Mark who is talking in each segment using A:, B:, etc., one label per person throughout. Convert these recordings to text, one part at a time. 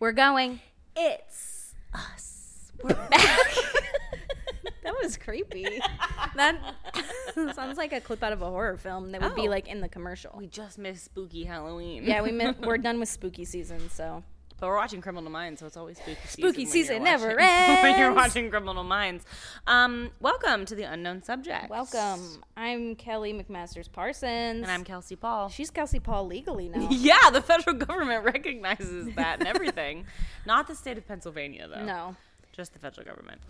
A: We're going.
B: It's us. We're
A: That was creepy. that sounds like a clip out of a horror film that would be
B: Oh.
A: like in the commercial.
B: we just missed spooky Halloween.
A: yeah, we mi- we're done with spooky season, so
B: But we're watching Criminal Minds, so it's always spooky season.
A: Spooky
B: when you're
A: season never
B: watching- when you're
A: ends.
B: watching Criminal Minds. Um, welcome to the Unknown Subject.
A: welcome. I'm Kelly McMaster's Parsons,
B: And I'm Kelsey Paul.
A: she's Kelsey Paul legally now.
B: yeah, the federal government recognizes that and everything. Not the state of Pennsylvania, though.
A: no,
B: Just the federal government.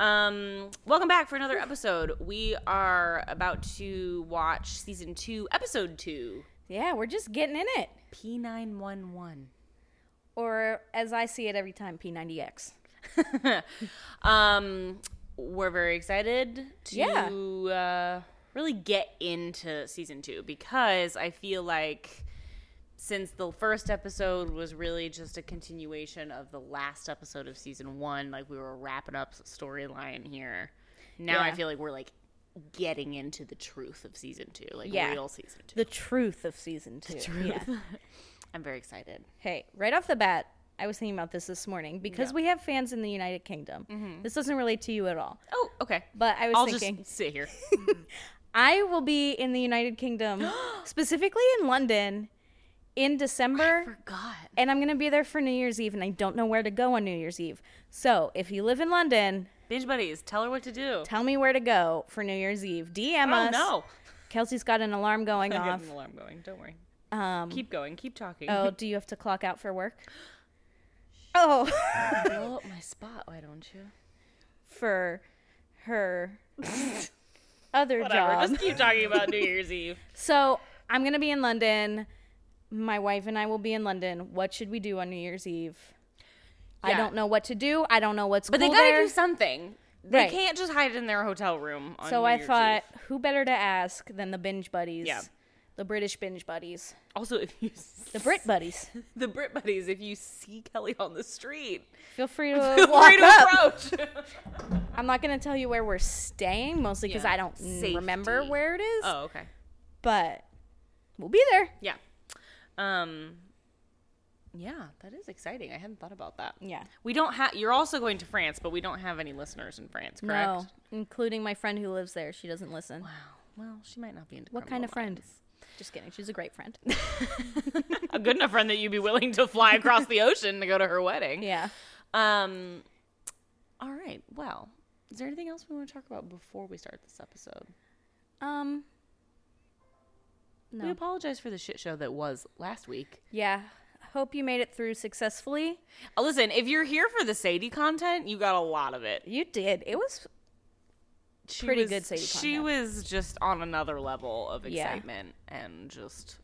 B: Um, welcome back for another episode. We are about to watch season two, episode two,
A: yeah, we're just getting in it,
B: P911.
A: or as I see it every time, P90X.
B: um, we're very excited to
A: Yeah.
B: uh, really get into season two because I feel like since the first episode was really just a continuation of the last episode of season one, like we were wrapping up storyline here. Now I
A: Yeah.
B: feel like we're like getting into the truth of season two, like
A: Yeah.
B: real season two.
A: The truth of season two. Yeah.
B: I'm very excited.
A: Hey, right off the bat, I was thinking about this this morning because we have fans in the United Kingdom. This doesn't relate to you at all,
B: Oh, okay.
A: but I was
B: Mm-hmm. I'll
A: thinking.
B: just sit here.
A: I will be in the United Kingdom, specifically in London, in December,
B: Forgot.
A: and I'm going to be there for New Year's Eve, and I don't know where to go on New Year's Eve. So if you live in London,
B: Binge buddies, tell her what to do.
A: tell me where to go for New Year's Eve. DM
B: I
A: us.
B: don't know.
A: Kelsey's got an alarm going
B: Oh, I
A: off.
B: got an alarm going. Don't worry.
A: Um,
B: Keep going. Keep talking.
A: oh, do you have to clock out for work? Oh,
B: blow up my spot, why don't you?
A: for her other
B: Whatever.
A: job.
B: Just keep talking about New Year's Eve.
A: So I'm going to be in London. My wife and I will be in London. What should we do on New Year's Eve? I
B: Yeah.
A: don't know what to do. I don't know what's
B: But they
A: cool
B: gotta
A: there.
B: do something.
A: Right.
B: They can't just hide in their hotel room. On
A: so
B: New
A: I
B: Year's
A: thought,
B: Eve.
A: who better to ask than the binge buddies?
B: Yeah.
A: The British binge buddies.
B: Also, if you
A: The Brit buddies.
B: the Brit buddies, if you see Kelly on the street,
A: Feel free to
B: feel
A: walk
B: free to
A: up.
B: approach.
A: I'm not going to tell you where we're staying, mostly because
B: Yeah.
A: I don't
B: Safety.
A: remember where it is.
B: oh, okay.
A: But we'll be there.
B: Yeah. Um. Yeah, that is exciting. I hadn't thought about that.
A: Yeah.
B: We don't have. You're also going to France, but we don't have any listeners in France, correct?
A: No, including my friend who lives there. She doesn't listen.
B: Wow. Well, she might not be into
A: What
B: criminal
A: kind of friend?
B: minds.
A: Just kidding. She's a great friend.
B: a good enough friend that you'd be willing to fly across the ocean to go to her wedding.
A: yeah.
B: Um. All right. Well, is there anything else we want to talk about before we start this episode?
A: Um.
B: We
A: No.
B: apologize for the shit show that was last week.
A: Yeah. Hope you made it through successfully.
B: Uh, Listen, if you're here for the Sadie content, you got a lot of it.
A: You did. It was.
B: She
A: Pretty
B: was-
A: good Sadie
B: She
A: content.
B: was just on another level of
A: Yeah.
B: excitement and just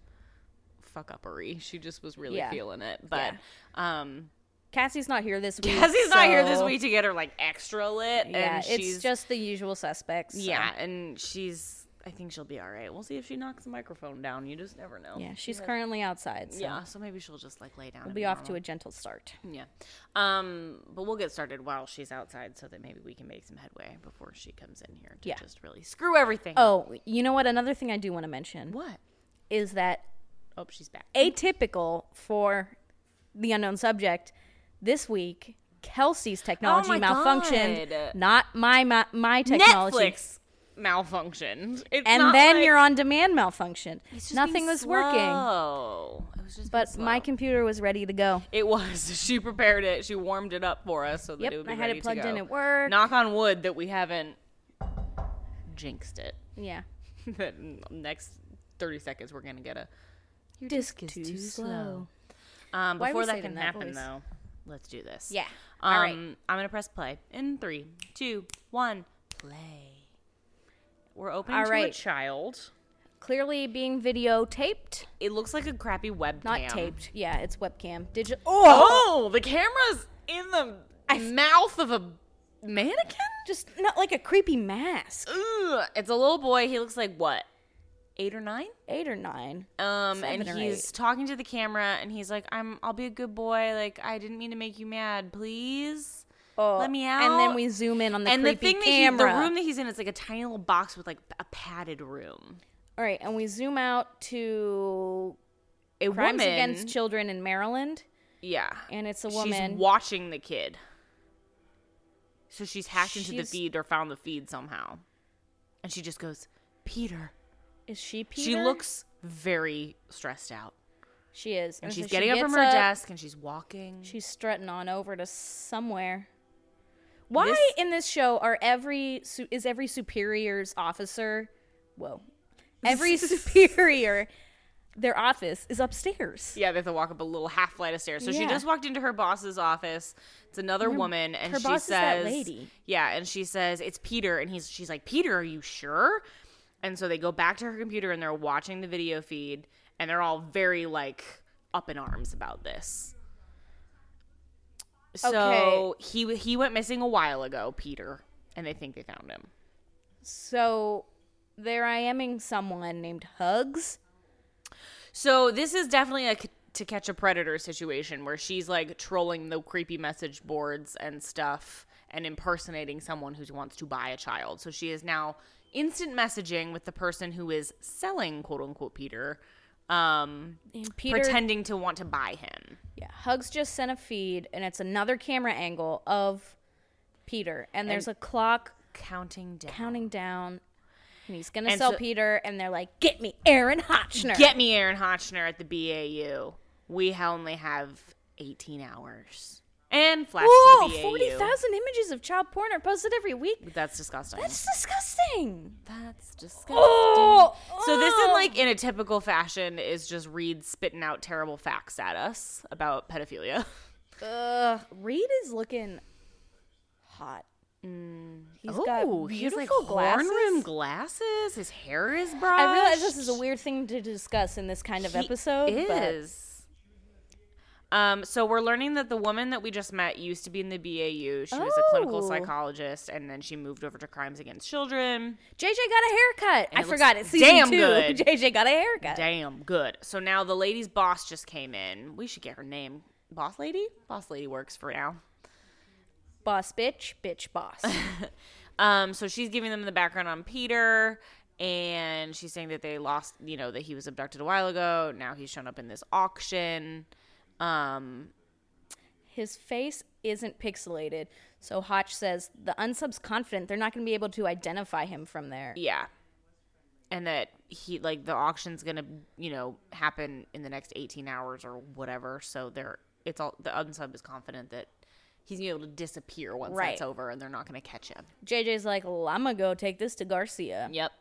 B: fuck uppery. She just was really
A: Yeah.
B: feeling it. But um
A: Cassie's not here this week.
B: Cassie's not here this
A: so-
B: week to get her like extra lit
A: Yeah,
B: and
A: it's
B: she's
A: just the usual suspects. so-
B: Yeah, and she's. I think she'll be all right. We'll see if she knocks the microphone down. You just never know.
A: Yeah, she's currently outside. So
B: Yeah, so maybe she'll just like lay down.
A: We'll be off to a gentle start.
B: Yeah, um, but we'll get started while she's outside, so that maybe we can make some headway before she comes in here to
A: Yeah.
B: just really screw everything. up.
A: Oh, you know what? Another thing I do want to mention
B: what?
A: is that
B: Oh, she's back.
A: atypical for the unknown subject this week. Kelsey's technology
B: Oh my
A: malfunctioned,
B: God.
A: not my my, my technology.
B: Netflix malfunctioned, It's
A: and
B: not
A: then
B: like-
A: you're on demand malfunctioned.
B: It's just
A: Nothing
B: being
A: was working,
B: slow. It was just being
A: but my
B: slow.
A: computer was ready to go.
B: It was. She prepared it. She warmed it up for us so that
A: Yep,
B: it would be
A: I had
B: ready
A: it plugged
B: to go.
A: in at work.
B: Knock on wood that we haven't jinxed it.
A: Yeah,
B: That Next thirty seconds, we're gonna get a.
A: disk
B: is too slow. Um,
A: Why are we
B: before that
A: saving
B: can
A: that
B: happen,
A: voice?
B: though, let's do this.
A: Yeah.
B: Um,
A: All right.
B: I'm gonna press play in three, two, one, play. We're opening
A: All
B: to a
A: right.
B: child.
A: Clearly being videotaped,
B: It looks like a crappy webcam.
A: not taped. Yeah, it's webcam. Digital.
B: Oh, the camera's in the mouth of a mannequin.
A: Just not like a creepy mask.
B: Ugh, it's a little boy. He looks like what? eight or nine.
A: eight or nine.
B: Um,
A: Seven
B: and
A: or
B: he's talking to the camera, and he's like, "I'm, I'll be a good boy. Like, I didn't mean to make you mad. Please."
A: Oh,
B: Let me
A: And
B: out.
A: then we zoom in on the
B: and the
A: creepy
B: thing that he, the
A: camera.
B: room that he's in is like a tiny little box with like a padded room.
A: All right, and we zoom out to
B: A
A: crimes
B: woman,
A: against children in Maryland,
B: yeah,
A: and it's a
B: She's
A: woman.
B: watching the kid. So she's hacked into the
A: She's-
B: feed or found the feed somehow. And she just goes, Peter.
A: Is she Peter?
B: She looks very stressed out.
A: She is,
B: And
A: so
B: she's
A: she
B: getting up
A: gets
B: from her desk and she's walking.
A: She's strutting on over to somewhere. Why
B: This-
A: in this show are every su- is every superior's officer? Whoa, every superior, their office is upstairs.
B: yeah, they have to walk up a little half flight of stairs. So she
A: Yeah.
B: just walked into her boss's office. It's another woman, and
A: her
B: she
A: boss is that
B: says,
A: lady.
B: "Yeah," and she says, "It's Peter." And he's, she's like, "Peter, are you sure?" And so they go back to her computer, and they're watching the video feed, and they're all very like up in arms about this. So he he went missing a while ago, Peter, and they think they found him.
A: So there I am in someone named Hugs.
B: So this is definitely a c- to catch a predator situation where she's like trolling the creepy message boards and stuff and impersonating someone who wants to buy a child. So she is now instant messaging with the person who is selling quote unquote Peter, um,
A: And Peter,
B: pretending to want to buy him.
A: yeah, Hugs just sent a feed, and it's another camera angle of Peter, and there's a clock
B: Counting down.
A: counting down, and he's gonna
B: And
A: sell
B: so-
A: Peter, and they're like, "Get me Aaron Hotchner."
B: Get me Aaron Hotchner at the BAU. We ha- only have 18 hours. And flash
A: Whoa,
B: to the BAU.
A: 40,000 images of child porn are posted every week.
B: That's disgusting.
A: That's disgusting.
B: That's disgusting.
A: Oh,
B: So this in
A: oh.
B: like in a typical fashion is just Reed spitting out terrible facts at us about pedophilia.
A: Ugh, Reed is looking hot. He's
B: Mm. Ooh,
A: got
B: he has,
A: beautiful
B: like
A: glasses.
B: horn rim glasses. His hair is brushed.
A: I realize this is a weird thing to discuss in this kind of episode.
B: He
A: but-
B: is. Um, so we're learning that the woman that we just met used to be in the BAU. She was a clinical
A: Oh.
B: psychologist, and then she moved over to crimes against children.
A: JJ got a haircut. I
B: it looks
A: forgot it's season
B: damn
A: two.
B: good.
A: JJ got a haircut.
B: Damn good. So now the lady's boss just came in. We should get her name. Boss lady. Boss lady works for now.
A: Boss bitch, bitch boss.
B: Um, so she's giving them the background on Peter, and she's saying that they lost, you know, that he was abducted a while ago. Now he's shown up in this auction. Um,
A: His face isn't pixelated. So Hotch says the unsub's confident they're not going to be able to identify him from there.
B: yeah, and that he like the auction's gonna, you know, happen in the next eighteen hours or whatever. So they're it's all the unsub is confident that he's gonna be able to disappear once
A: Right.
B: that's over, and they're not gonna catch him.
A: JJ's like, well, I'm going to go take this to Garcia.
B: Yep.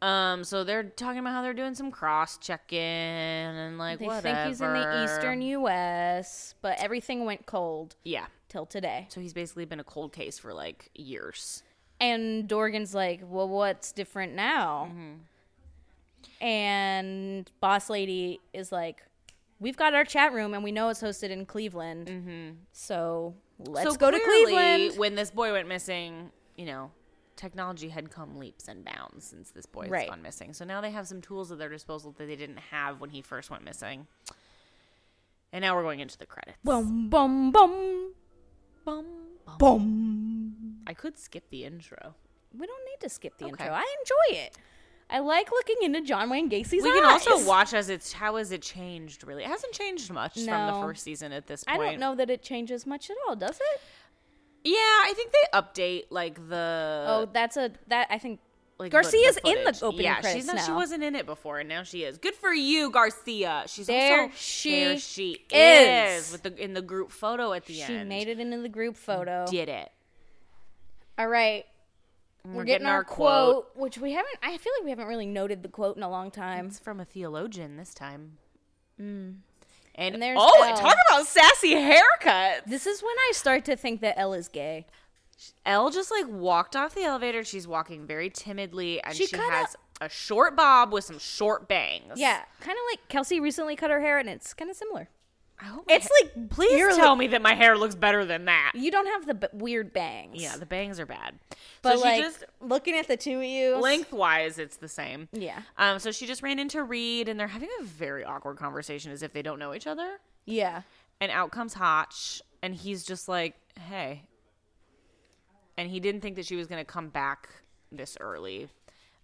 B: Um, so they're talking about how they're doing some cross checking and like
A: They
B: whatever.
A: think he's in the eastern U.S., but everything went cold
B: Yeah.
A: till today.
B: So he's basically been a cold case for like years.
A: And Dorgan's like, well, what's different now?
B: Mm-hmm.
A: And Boss Lady is like, we've got our chat room and we know it's hosted in Cleveland. So let's
B: Mm-hmm. so
A: go to
B: clearly,
A: Cleveland.
B: When this boy went missing, you know, technology had come leaps and bounds since this boy has
A: Right.
B: gone missing. So now they have some tools at their disposal that they didn't have when he first went missing. And now we're going into the credits.
A: Boom, boom, boom,
B: Bum, bum.
A: boom.
B: I could skip the intro.
A: We don't need to skip the
B: Okay.
A: intro. I enjoy it. I like looking into John Wayne Gacy's
B: We can
A: eyes.
B: also watch as it's how has it changed really? It hasn't changed much from the
A: No.
B: first season at this
A: I
B: point.
A: don't know that it changes much at all, does it?
B: Yeah, I think they update like the
A: Oh, that's a that I think
B: like
A: Garcia's
B: the- the
A: in the
B: footage.
A: opening
B: yeah,
A: credits
B: she's not, She
A: now.
B: wasn't in it before, and now she is. Good for you, Garcia. She's
A: There
B: also
A: she
B: there she
A: is.
B: with the in the group photo at the
A: she
B: end.
A: made it into the group photo.
B: Did it?
A: All right.
B: We're,
A: We're getting, our quote, which we haven't I feel like we haven't really noted the quote in a long time.
B: It's from a theologian this time. And,
A: And there's
B: oh,
A: Elle.
B: talk about sassy haircuts.
A: This is when I start to think that Elle is gay.
B: Elle just like walked off the elevator. She's walking very timidly, and she,
A: She kinda-
B: has a short bob with some short bangs.
A: Yeah, kind of like Kelsey recently cut her hair and it's kind of similar.
B: I hope my
A: It's
B: hair-
A: like
B: please
A: you're
B: tell me that my hair looks better than that.
A: You don't have the b- weird bangs.
B: Yeah, the bangs are bad.
A: but
B: so
A: like
B: she just
A: looking at the two of you,
B: lengthwise, it's the same.
A: Yeah.
B: Um, so she just ran into Reed, and they're having a very awkward conversation as if they don't know each other.
A: Yeah.
B: And out comes Hotch, and he's just like, "Hey," and he didn't think that she was gonna come back this early.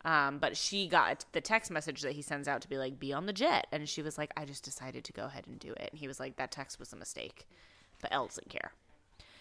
B: Um, but she got the text message that he sends out to be like, "Be on the jet," and she was like, "I just decided to go ahead and do it." And he was like, "That text was a mistake," but Elle doesn't care.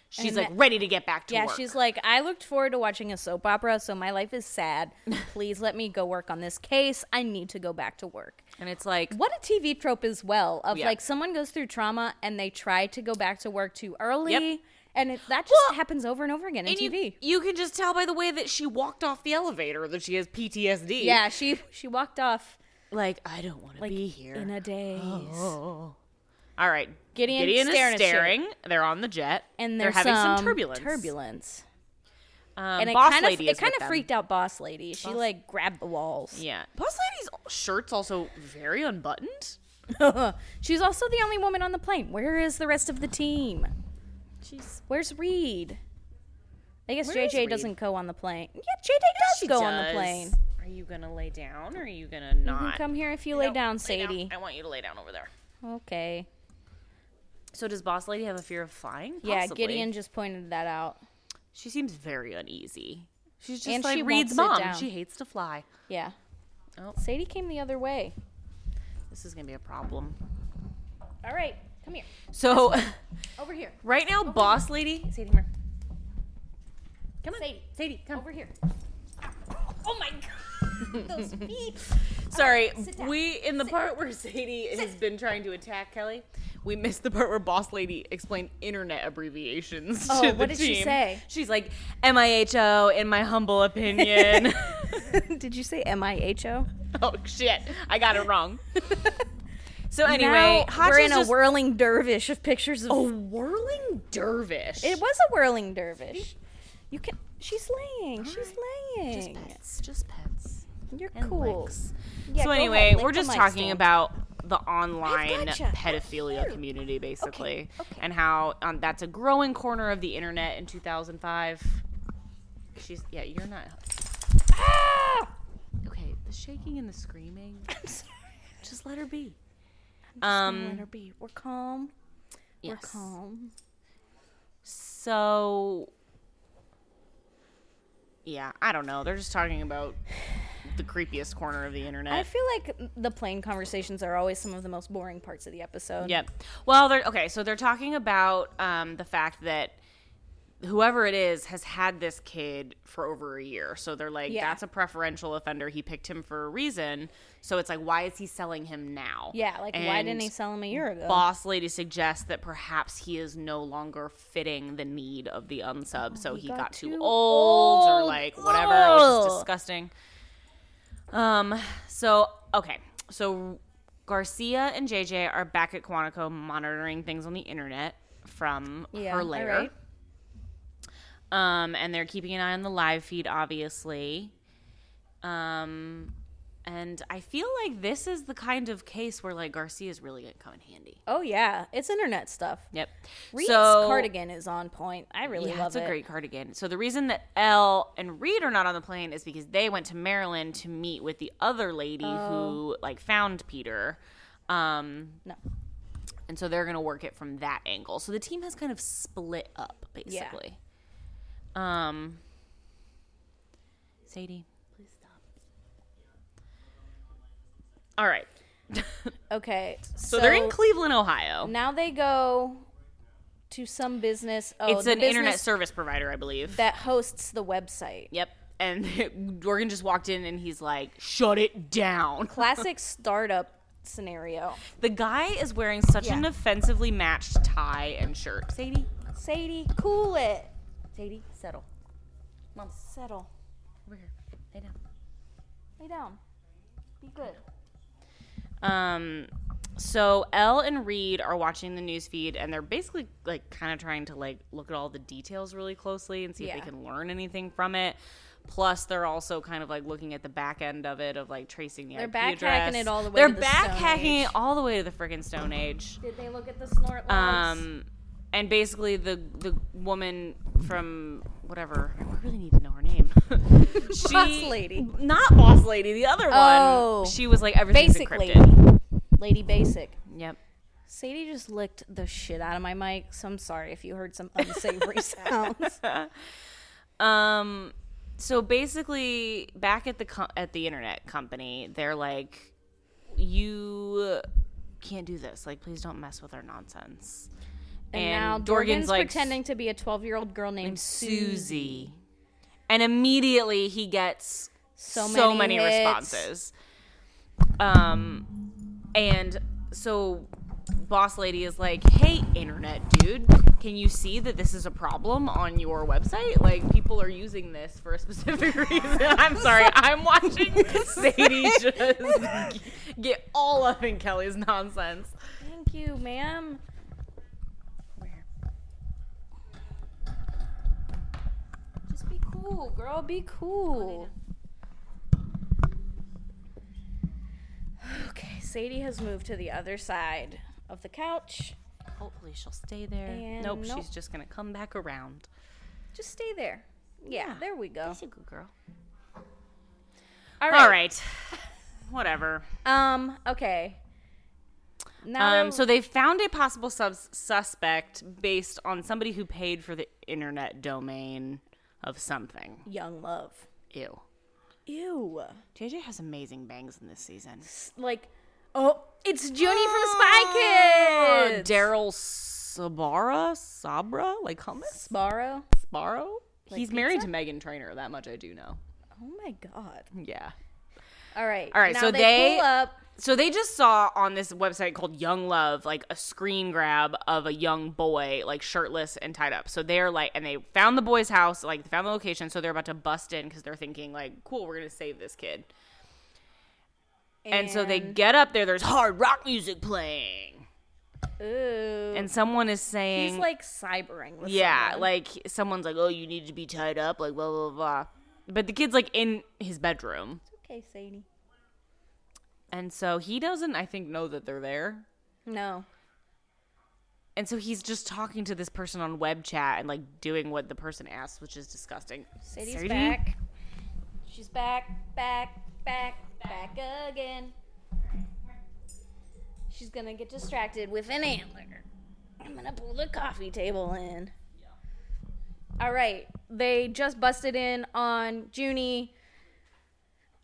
B: She's
A: And
B: like
A: that-
B: ready to get back to
A: Yeah,
B: work.
A: she's like, I looked forward to watching a soap opera, so my life is sad. Please let me go work on this case. I need to go back to work.
B: and it's like,
A: What a TV trope as well of
B: Yeah.
A: like someone goes through trauma and they try to go back to work too early.
B: Yep.
A: And it, that just
B: Well,
A: happens over and over again in
B: And you-
A: TV.
B: You, can just tell by the way that she walked off the elevator that she has PTSD.
A: yeah, she she walked off
B: Like, I don't want to
A: like
B: be here.
A: in a daze.
B: Oh. All right.
A: Gideon
B: is
A: staring at shit.
B: staring. They're on the jet.
A: And
B: they're
A: there's
B: having some,
A: some
B: turbulence.
A: Turbulence.
B: Um,
A: And it
B: boss
A: kind of
B: lady
A: it
B: is
A: kind
B: with
A: of
B: them.
A: freaked out boss lady. She like grabbed the walls.
B: Yeah. Boss lady's shirt's also very unbuttoned.
A: She's also the only woman on the plane. Where is the rest of the team?
B: She's
A: Where's Reed? I guess
B: Where is
A: JJ
B: Reed?
A: doesn't go on the plane. Yeah, JJ does go on the plane.
B: Are you gonna lay down or are you gonna not?
A: You can come here if you
B: No,
A: lay down, Sadie.
B: I want you to lay down over there.
A: Okay.
B: So does boss lady have a fear of flying?
A: Yeah,
B: Possibly.
A: Gideon just pointed that out.
B: She seems very uneasy. She's just
A: And
B: like
A: she won't
B: Reed's
A: sit
B: mom.
A: down.
B: She hates to fly.
A: Yeah.
B: Oh.
A: Sadie came the other way.
B: This is gonna be a problem.
A: All right, come here.
B: So
A: Over here.
B: right now, boss lady, Sadie, come here. Come on,
A: Sadie.
B: Sadie, come.
A: Over here. Oh my god. Those feet.
B: Sorry,
A: sit down.
B: we in the part where Sadie has been trying to attack Kelly, we missed the part where boss lady explained internet abbreviations
A: Oh,
B: to the
A: what did she
B: team.
A: say?
B: She's like, "MIHO," in my humble opinion.
A: Did you say M I H O?
B: oh shit, I got it wrong. So
A: Anyway,
B: anyway, Hotch
A: we're
B: is
A: in a
B: just-
A: whirling dervish of pictures of
B: a whirling dervish.
A: It was a whirling dervish. You can. She's laying. She's laying.
B: pets, just pets.
A: You're
B: and
A: cool.
B: licks.
A: Yeah,
B: so
A: go ahead,
B: anyway,
A: lick
B: we're
A: the
B: just
A: mic
B: talking
A: stand.
B: about the online
A: gotcha.
B: pedophilia
A: Here.
B: community, basically,
A: okay.
B: and how um, that's a growing corner of the internet in 2005. She's yeah, you're not
A: Ah!
B: okay. The shaking and the screaming,
A: I'm sorry.
B: just let her be.
A: Um, let
B: Um,
A: her be. We're calm. We're
B: yes.
A: calm.
B: So yeah, I don't know. They're just talking about the creepiest corner of the internet.
A: I feel like the plane conversations are always some of the most boring parts of the episode.
B: Yep. Well, they're okay. So they're talking about um, the fact that whoever it is has had this kid for over a year. So they're like,
A: Yeah.
B: that's a preferential offender. He picked him for a reason. So it's like, why is he selling him now?
A: Yeah, like why
B: And
A: didn't he sell him a year ago?
B: Boss lady suggests that perhaps he is no longer fitting the need of the unsub, so he got,
A: Oh, got
B: too,
A: too
B: old, or
A: old.
B: like whatever. It was
A: Ugh.
B: just disgusting. Um. So okay. So Garcia and JJ are back at Quantico monitoring things on the internet from
A: Yeah,
B: her
A: all
B: lair.
A: right.
B: Um, and they're keeping an eye on the live feed, obviously. Um, and I feel like this is the kind of case where like Garcia's really gonna come in handy.
A: Oh yeah, it's internet stuff.
B: Yep.
A: Reed's
B: so,
A: cardigan is on point. I really
B: Yeah,
A: love
B: it's a
A: it.
B: great cardigan. So the reason that Elle and Reed are not on the plane is because they went to Maryland to meet with the other lady
A: Oh.
B: who like found Peter. Um,
A: no.
B: and so they're going to work it from that angle. So the team has kind of split up basically. Um Sadie, please stop. All right.
A: Okay.
B: So, they're in Cleveland, Ohio.
A: now they go to some business. Oh,
B: it's
A: the
B: an internet
A: business
B: service provider, I believe.
A: that hosts the website.
B: yep. And Dorgan just walked in and he's like, "Shut it down."
A: classic startup scenario.
B: The guy is wearing such an
A: Yeah.
B: offensively matched tie and shirt. Sadie,
A: Sadie, cool it.
B: Sadie, settle. Mom,
A: Settle.
B: over here. Lay down.
A: Lay down. Be good.
B: Um, so Elle and Reed are watching the news feed, and they're basically like kind of trying to like look at all the details really closely and see if
A: Yeah.
B: they can learn anything from it. Plus, they're also kind of like looking at the back end of it of like tracing the
A: They're
B: IP
A: backhacking
B: address.
A: it all the way
B: They're
A: to the Stone
B: backhacking
A: Age.
B: it all the way to the freaking Stone Age.
A: Did they look at the snort lines?
B: Um, and basically the the woman from whatever I really need to know her name. she,
A: Boss lady.
B: not boss lady, the other one.
A: Oh.
B: she was like everything's
A: Basic
B: encrypted.
A: Lady Basic.
B: Yep.
A: Sadie just licked the shit out of my mic, so I'm sorry if you heard some unsavory sounds.
B: Um, so basically, back at the com- at the internet company, they're like, you can't do this. Like, please don't mess with our nonsense.
A: And, now Dorgan's, pretending to be a 12 year old girl named Susie.
B: Susie, and immediately he gets
A: So many,
B: so many
A: hits.
B: responses. Um, and so boss lady is like, "Hey, internet dude, can you see that this is a problem on your website? Like, people are using this for a specific reason." I'm sorry, I'm watching Sadie just get all up in Kelly's nonsense.
A: Thank you, ma'am. Where? Just be cool, girl. Be cool. Okay, Sadie has moved to the other side of the couch.
B: Hopefully, she'll stay there.
A: And
B: nope,
A: nope.
B: she's just gonna come back around.
A: Just stay there. Yeah,
B: Yeah.
A: there we go.
B: She's a good girl.
A: All
B: All right, whatever.
A: Um. Okay. Now
B: Um, so they found a possible subs- suspect based on somebody who paid for the internet domain of something.
A: young love.
B: Ew.
A: Ew.
B: JJ has amazing bangs in this season.
A: Like, oh, it's Junie from Spy Kids.
B: Oh, Daryl Sabara, Sabra, like hummus,
A: Sparrow.
B: Sparrow. He's married to Megan Trainer. That much I do know.
A: Oh my god.
B: Yeah.
A: All right.
B: All right,
A: Now
B: so
A: they,
B: they-
A: pull up.
B: So they just saw on this website called Young Love like a screen grab of a young boy like shirtless and tied up. So they're like, and they found the boy's house, like they found the location. So they're about to bust in because they're thinking like, cool, we're gonna save this kid. And, so they get up there. There's hard rock music playing,
A: Ooh.
B: and someone is saying,
A: he's like cybering. With
B: yeah,
A: someone.
B: like someone's like, oh, you need to be tied up, like blah blah blah. But the kid's like in his bedroom,
A: Okay, Sadie.
B: and so he doesn't, I think, know that they're there.
A: No.
B: And so he's just talking to this person on web chat and like doing what the person asks, which is disgusting.
A: Sadie's
B: Sadie?
A: back. She's back, back, back, back again. She's gonna get distracted with an antler. I'm gonna pull the coffee table in. All right, they just busted in on Junie.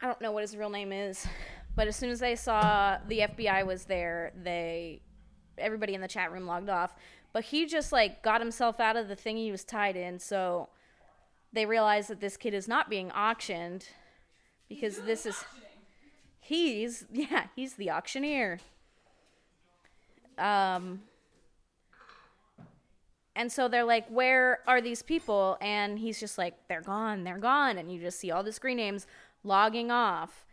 A: I don't know what his real name is, but as soon as they saw the FBI was there, they everybody in the chat room logged off. But he just like got himself out of the thing he was tied in, so they realize that this kid is not being auctioned because this is he's yeah he's the auctioneer um and so they're like where are these people and he's just like they're gone they're gone and you just see all the screen names logging off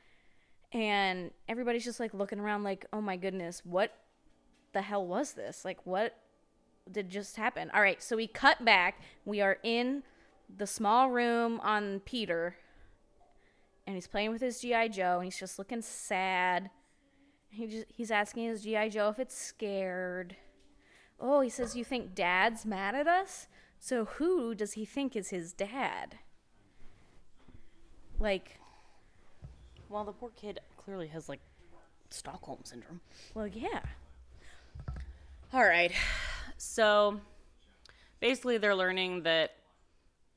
A: and everybody's just like looking around like oh my goodness what the hell was this like what did just happen all right so we cut back we are in the small room on Peter, and he's playing with his GI Joe, and he's just looking sad. He just he's asking his GI Joe if it's scared. Oh, he says, "You think Dad's mad at us? So who does he think is his dad?" Like,
B: Well, the poor kid clearly has like Stockholm syndrome.
A: well, yeah.
B: All right. So basically, they're learning that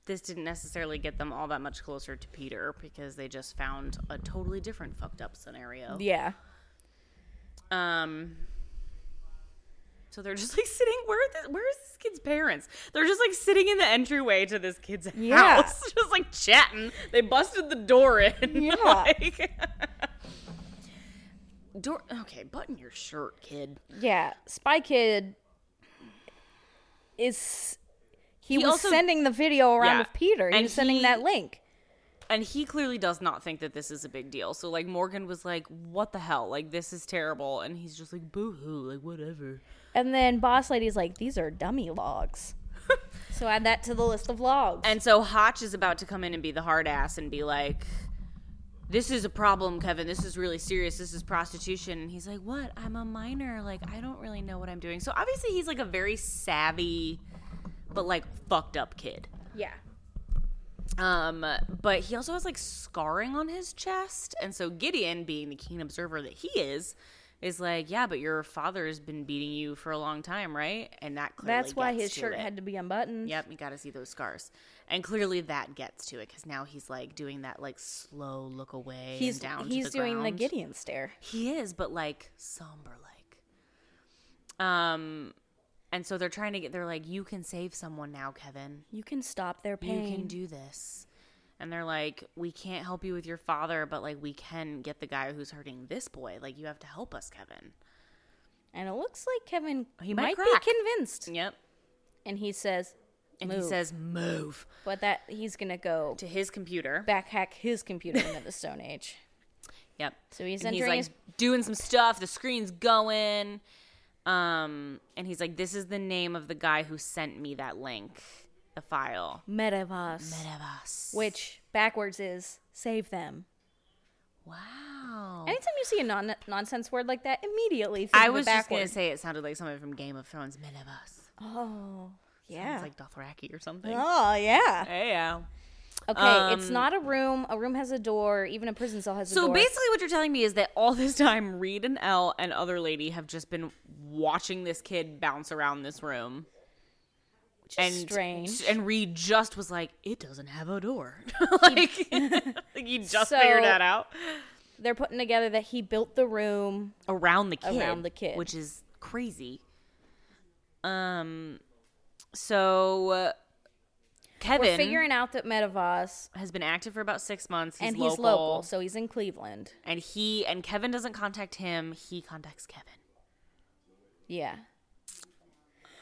B: this didn't necessarily get them all that much closer to Peter because they just found a totally different fucked up scenario.
A: Yeah.
B: Um. So they're just like sitting. Where are the, where is this kid's parents? They're just like sitting in the entryway to this kid's
A: Yeah.
B: house, just like chatting. They busted the door in.
A: Yeah.
B: like- door. Okay, button your shirt, kid.
A: Yeah. Spy Kid is he,
B: He
A: was
B: also-
A: sending the video around
B: Yeah.
A: with Peter. He
B: And
A: was sending
B: he-
A: that link.
B: And he clearly does not think that this is a big deal. So like Morgan was like, "What the hell? Like this is terrible." And he's just like, "Boo hoo! Like whatever."
A: And then boss lady's like, these are dummy logs. So add that to the list of logs.
B: And so Hotch is about to come in and be the hard ass and be like, this is a problem, Kevin. This is really serious. This is prostitution. And he's like, what? I'm a minor. Like, I don't really know what I'm doing. So obviously, he's like a very savvy, but like fucked up kid.
A: yeah.
B: Um, but he also has like scarring on his chest. And so Gideon, being the keen observer that he is, is like, yeah, but your father's been beating you for a long time, right? And that clearly
A: That's why
B: gets
A: his
B: to
A: shirt
B: it.
A: had to be unbuttoned.
B: Yep, you got to see those scars. And clearly that gets to it because now he's like doing that like slow look away
A: He's
B: and down.
A: he's
B: to the
A: doing the
B: ground.
A: Gideon stare.
B: He is, but like somber like. Um, and so they're trying to get. They're like, you can save someone now, Kevin.
A: You can stop their
B: You
A: pain.
B: can do this. And they're like, we can't help you with your father, but like we can get the guy who's hurting this boy. Like you have to help us, Kevin.
A: and it looks like Kevin
B: He might
A: might,
B: crack.
A: be convinced.
B: Yep.
A: And he says,
B: And he
A: Move.
B: says, move
A: but that he's gonna go
B: to his computer.
A: back hack his computer into the Stone Age.
B: Yep.
A: So he's
B: and he's
A: entering
B: like
A: his-
B: doing some stuff. The screen's going. Um, and he's like, "This is the name of the guy who sent me that link, the file."
A: Metaverse,
B: Devas.
A: which backwards is save them.
B: Wow.
A: Anytime you see a non- nonsense word like that, immediately think
B: Oh. I
A: of it
B: was just gonna
A: backwards.
B: say it sounded like something from Game of Thrones. Menevas.
A: Oh, yeah.
B: It's like Dothraki or something.
A: oh, yeah.
B: Hey, yeah.
A: Okay, it's not a room. A room has a door. Even a prison cell has a
B: Um, So
A: door.
B: basically, what you're telling me is that all this time, Reed and Elle and other lady have just been watching this kid bounce around this room.
A: Which
B: and
A: is strange.
B: And Reed just was like, "It doesn't have a door." like, like you just
A: So-
B: figured that out
A: They're putting together that he built the room.
B: around the kid,
A: Around the kid.
B: which is crazy. Um, so uh,
A: We're
B: Kevin
A: figuring out that Metavos
B: has been active for about six months. He's
A: and
B: local,
A: he's local, so he's in Cleveland.
B: and he and Kevin doesn't contact him. He contacts Kevin.
A: Yeah.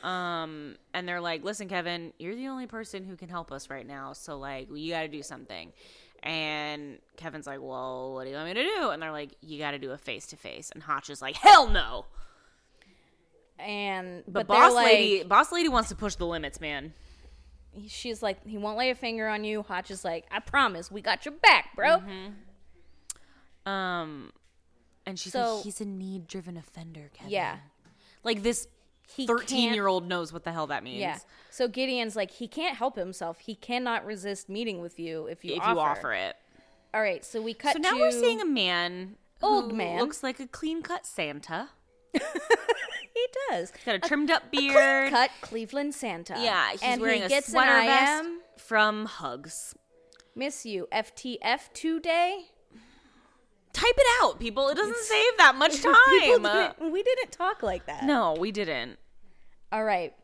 B: Um, and they're like, listen, Kevin, you're the only person who can help us right now. So, like, you got to do something. And Kevin's like, well, what do you want me to do? And they're like, you got to do a face to face. And Hotch is like, hell no.
A: And but,
B: But, boss
A: they're like,
B: lady, boss lady wants to push the limits, man.
A: she's like, he won't lay a finger on you. Hotch is like, I promise, we got your back, bro.
B: Mm-hmm. Um, and she's
A: So-
B: like, he's a need driven offender, Kevin.
A: Yeah.
B: Like this
A: He
B: thirteen
A: can't-
B: year old knows what the hell that means.
A: Yeah. So Gideon's like, he can't help himself. He cannot resist meeting with you if you
B: If
A: offer.
B: you offer it.
A: All right. So we cut.
B: So now
A: to,
B: we're seeing a man,
A: Old
B: who
A: man.
B: looks like a clean cut Santa.
A: he does
B: Got a trimmed up
A: clean
B: beard.
A: cut Cleveland Santa.
B: Yeah, he's
A: and
B: wearing
A: he
B: a
A: gets
B: sweater
A: an
B: vest
A: I am
B: from Hugs.
A: miss you FTF today.
B: Type it out, people. It doesn't save that much
A: People
B: time. Uh,
A: didn't- we didn't talk like that.
B: no, we didn't.
A: All right.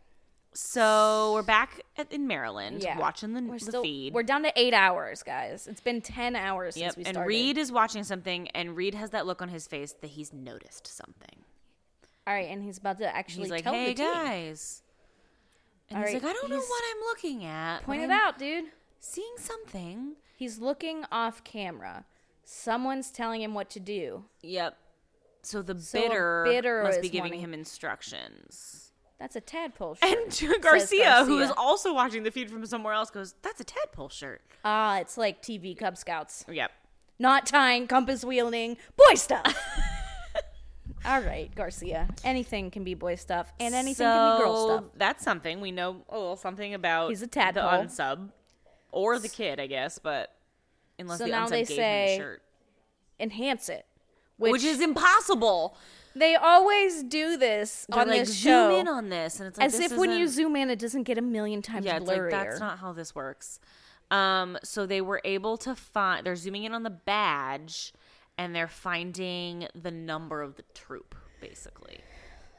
B: So we're back at, in Maryland,
A: Yeah.
B: watching the,
A: We're
B: the
A: still
B: feed.
A: we're down to eight hours, guys. It's been ten hours
B: yep.
A: since we started.
B: And Reed is watching something, and Reed has that look on his face that he's noticed something.
A: All right, and he's about to actually
B: He's like,
A: tell
B: "Hey
A: the team.
B: guys," and
A: All
B: he's
A: right,
B: like, "I don't know
A: he's-
B: what I'm looking at. but
A: Point it
B: I'm
A: out, dude.
B: Seeing something."
A: He's looking off camera. Someone's telling him what to do.
B: Yep. So the
A: a
B: bidder,
A: bidder
B: must
A: is
B: be giving
A: wanting-
B: him instructions.
A: That's a tadpole shirt.
B: And Garcia, who is
A: Garcia.
B: also watching the feed from somewhere else, goes, "That's a tadpole shirt."
A: Ah, it's like TV Cub Scouts.
B: Yep.
A: Not tying, compass wielding, boy stuff. All right, Garcia. Anything can be boy stuff, and anything can be girl
B: So,
A: stuff.
B: That's something we know a little something about.
A: He's a tadpole.
B: The unsub, or the kid, I guess, but unless
A: So
B: the
A: now
B: unsub
A: they
B: gave
A: say-
B: him the shirt,
A: Enhance it. Which,
B: which, is impossible.
A: they always do this
B: They're
A: on
B: like,
A: this
B: zoom
A: show,
B: in on this, and it's like
A: as
B: this
A: if when you
B: isn't-
A: zoom in, it doesn't get a million times
B: yeah, it's
A: blurrier.
B: like that's not how this works. Um, so they were able to find. They're zooming in on the badge, and they're finding the number of the troop, basically.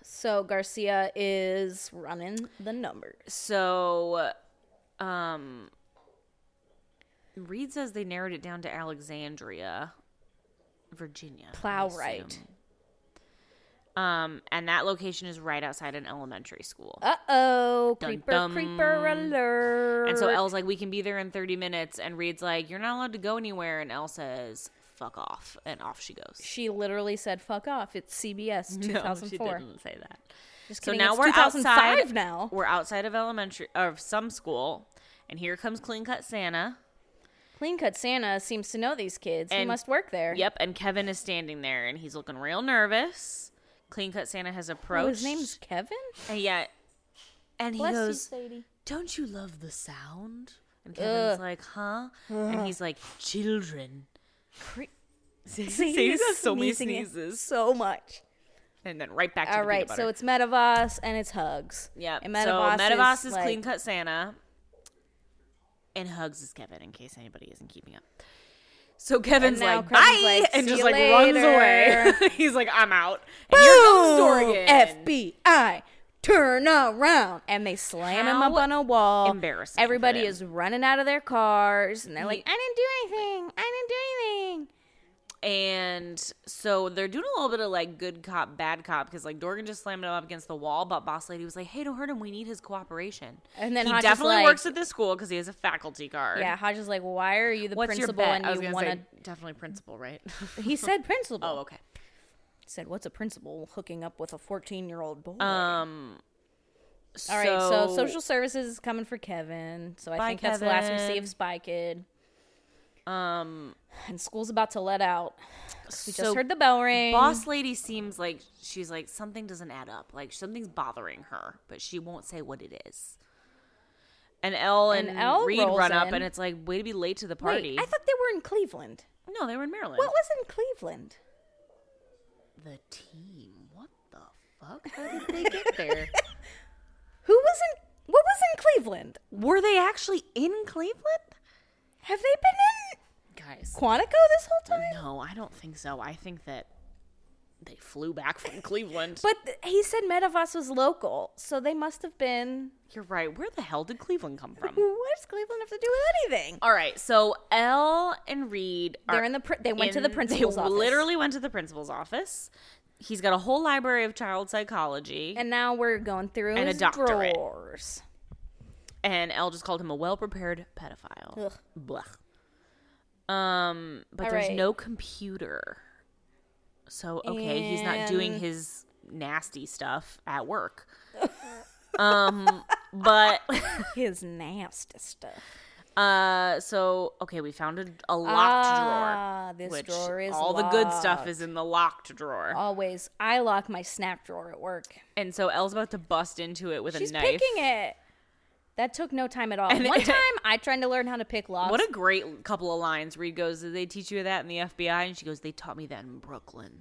A: So Garcia is running the numbers.
B: So, um, Reed says they narrowed it down to Alexandria, Virginia. I
A: Plowright.
B: assume. Um, and that location is right outside an elementary school.
A: Uh oh,
B: Dun
A: creeper,
B: dum.
A: creeper alert!
B: And so Elle's like, we can be there in 30 minutes. And Reed's like, you're not allowed to go anywhere. And Elle says, fuck off. And off she goes.
A: she literally said, "Fuck off." It's CBS, two thousand
B: she
A: four.
B: didn't say that.
A: Just
B: so
A: kidding,
B: now
A: it's
B: we're
A: 2005
B: outside.
A: now.
B: We're outside of elementary of some school, and here comes Clean Cut Santa.
A: Clean Cut Santa seems to know these kids. he
B: And-
A: must work there.
B: Yep, and Kevin is standing there, and he's looking real nervous. Clean Cut Santa has approached.
A: Oh, his name's Kevin?
B: and yet, and he
A: Bless you,
B: goes,
A: Sadie.
B: "Don't you love the sound?" And Kevin's
A: Ugh.
B: like, "Huh?" And he's like, "Children."
A: Cre-
B: Sadie's has so many
A: sneezing it
B: sneezes.
A: So much.
B: and then right back to
A: All
B: the
A: right,
B: peanut
A: so
B: butter.
A: it's Metavoss and it's Hugs.
B: yeah.
A: And
B: so
A: Metavoss,
B: Metavoss is,
A: is, like,
B: clean cut Santa, and Hugs is Kevin. In case anybody isn't keeping up. So Kevin's
A: now
B: like,
A: Kevin's
B: bye,
A: like,
B: and
A: "See
B: just
A: you
B: like runs away.
A: later.
B: He's like, I'm out. And here comes Dorgan.
A: Boom! FBI, turn around. And they slam him
B: How
A: up on a wall.
B: embarrassing for
A: Everybody
B: them.
A: is running out of their cars and they're like,
B: Ye-
A: I didn't do anything. I didn't do anything.
B: And so they're doing a little bit of like good cop, bad cop because like Dorgan just slammed him up against the wall, but Boss Lady was like, "Hey, don't hurt him. We need his cooperation."
A: And then
B: he
A: Hotch is
B: definitely
A: like-
B: works at this school because he has a faculty card.
A: Yeah, Hodge is like, Why are you the
B: er. what's your
A: principal
B: bet? I was
A: and you
B: gonna
A: want
B: say
A: to.
B: definitely principal, right?
A: He said principal.
B: oh, okay.
A: He said, What's a principal hooking up with a 14 year old boy?
B: Um.
A: All right, so, social services is coming for Kevin. So I
B: Bye,
A: think that's the last we see
B: Kevin.
A: of Spy Kid.
B: Um.
A: And school's about to let out. 'cause We just
B: so
A: heard the bell ring.
B: Boss lady seems like she's like something doesn't add up. Like something's bothering her, but she won't say what it is. And Elle and,
A: And Elle
B: Reed
A: rolls
B: run up,
A: in.
B: and it's like way to be late to the party.
A: Wait, I thought they were in Cleveland.
B: no, they were in Maryland.
A: What was in Cleveland?
B: the team? What the fuck? How did they get there?
A: Who was in what was in Cleveland?
B: were they actually in Cleveland,
A: Have they been in
B: guys?
A: Quantico this whole time?
B: No, I don't think so. I think that they flew back from Cleveland.
A: But th- he said Metavoss was local, so they must have been.
B: You're right. Where the hell did Cleveland come from?
A: What does Cleveland have to do with anything?
B: All right, so Elle and Reed are
A: They're in the. Pr- they went to the
B: in-
A: principal's
B: they
A: office.
B: Literally went to the principal's office. He's got a whole library of child psychology, and,
A: And now we're going through
B: And a
A: his
B: doctorate.
A: drawers.
B: Elle just called him a well-prepared pedophile.
A: Ugh.
B: Blah. Um, but
A: All
B: there's
A: right.
B: no computer, so okay, he's not doing
A: And-
B: his nasty stuff at work. um, but
A: His nasty stuff.
B: uh, so okay, we found a, a locked
A: ah,
B: drawer.
A: This
B: which
A: drawer is
B: all the good stuff
A: locked.
B: is in the locked drawer.
A: Always, I lock my snap drawer at work.
B: And so Elle's about to bust into it with
A: She's
B: a knife.
A: picking it. That took no time at all.
B: And-
A: One time, I tried to learn how to pick locks.
B: What a great couple of lines. Reed goes, Did they teach you that in the FBI? And she goes, They taught me that in Brooklyn.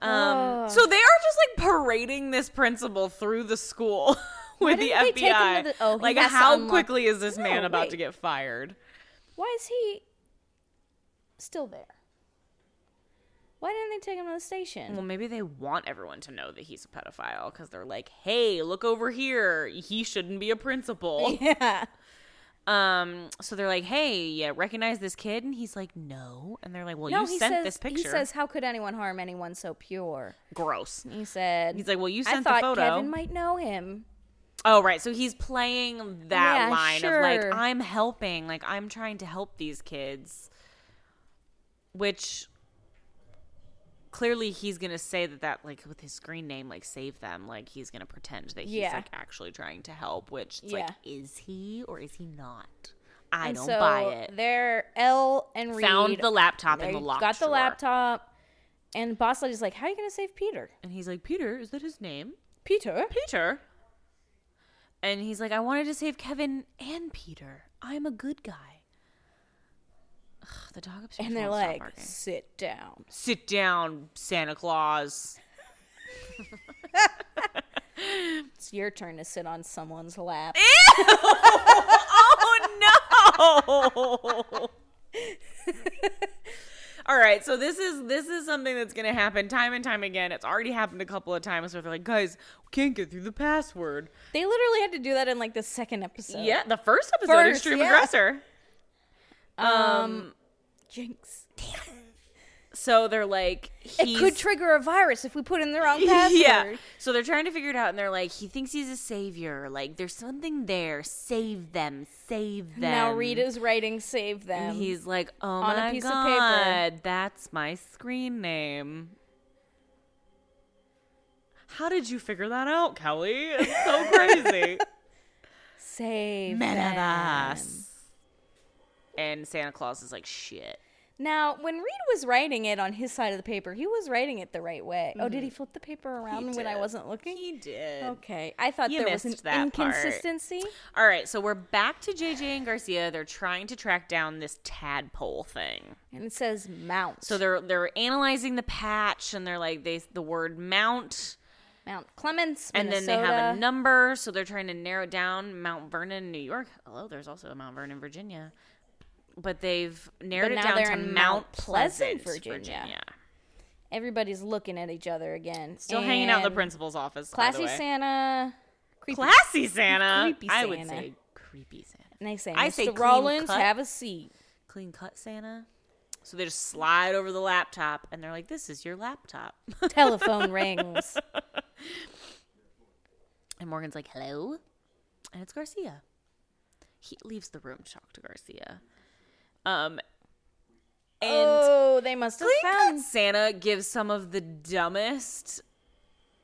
B: um, so they are just like parading this principal through the school with the
A: didn't they
B: FBI.
A: take him to the- oh, he
B: like,
A: has to
B: how
A: unlock-
B: quickly is this man
A: No,
B: about to
A: wait.
B: get fired?
A: Why is he still there? Why didn't they take him to the station?
B: Well, maybe they want everyone to know that he's a pedophile because they're like, Hey, look over here. He shouldn't be a principal.
A: yeah.
B: Um, so they're like, "Hey, yeah, recognize this kid?" And he's like, "No." And they're like, "Well, you
A: he
B: sent
A: says,
B: this picture."
A: He says, "How could anyone harm anyone so pure?"
B: "Gross."
A: He said,
B: He's like, "Well, you
A: "I
B: sent the
A: thought
B: photo."
A: Kevin might know him."
B: oh, right. So he's playing that
A: Yeah,
B: line of like,
A: sure.
B: "I'm helping, like I'm trying to help these kids," which clearly he's gonna say that that like with his screen name, like save them, like he's gonna pretend that he's
A: Yeah.
B: like actually trying to help. Which it's like, is he or is he not? I
A: And
B: don't
A: so
B: buy it.
A: There, L and Reed
B: Found the laptop
A: they
B: in the locked
A: Got the
B: drawer.
A: laptop, and Boss Lady's like, "How are you going to save Peter?"
B: And he's like, Peter, is that his name?
A: Peter.
B: Peter. And he's like, I wanted to save Kevin and Peter. I'm a good guy. Ugh, the dog upstairs.
A: And they're
B: won't stop
A: like,
B: barking.
A: "Sit down."
B: Sit down, Santa Claus.
A: It's your turn to sit on someone's lap.
B: Eh. oh no. All right, so this is this is something that's going to happen time and time again. It's already happened a couple of times where they're like, "Guys, we can't get through the password."
A: They literally had to do that in like the second episode.
B: Yeah, the first episode,
A: First,
B: Extreme
A: yeah. Um,
B: Aggressor. Um,
A: Jinx.
B: So they're like,
A: It
B: he's,
A: could trigger a virus if we put in the wrong password.
B: yeah. So they're trying to figure it out, and they're like, he thinks he's a savior. Like, there's something there. Save them. Save them.
A: Now Reed is writing save them.
B: And he's like, oh
A: on a
B: my
A: piece of paper.
B: god, that's my screen name. How did you figure that out, Kelly? It's so crazy.
A: Save them.
B: Metaverse. And Santa Claus is like, shit.
A: Now, when Reed was writing it on his side of the paper, he was writing it the right way. Oh, did he flip the paper around when I
B: Mm-hmm. did.
A: wasn't looking?
B: He did.
A: okay, I thought
B: You
A: there was an
B: missed that part.
A: inconsistency.
B: All right, so we're back to JJ and Garcia. They're trying to track down this tadpole thing.
A: And it says mount.
B: So they're they're analyzing the patch and they're like they the word mount
A: Mount Clemens,
B: and
A: Minnesota.
B: then they have a number, so they're trying to narrow it down Mount Vernon, New York. Hello, there's also a Mount Vernon, Virginia. But they've narrowed
A: But
B: it
A: now
B: down
A: they're
B: to
A: in
B: Mount,
A: Mount
B: Pleasant,
A: Pleasant, Virginia.
B: Virginia.
A: Everybody's looking at each other again.
B: Still hanging out in the
A: And
B: principal's office. by the
A: Classy
B: way.
A: Santa. Creepy.
B: Classy Santa.
A: Creepy
B: I would
A: Santa.
B: say creepy Santa.
A: and they say,
B: I
A: Mr.
B: say clean
A: Rollins,
B: cut.
A: have a seat.
B: Clean cut Santa. So they just slide over the laptop and they're like, "This is your laptop."
A: Telephone rings.
B: And Morgan's like, hello? And it's Garcia. He leaves the room to talk to Garcia. Um, and
A: oh, they must have
B: Clean Cut
A: found.
B: Santa gives some of the dumbest,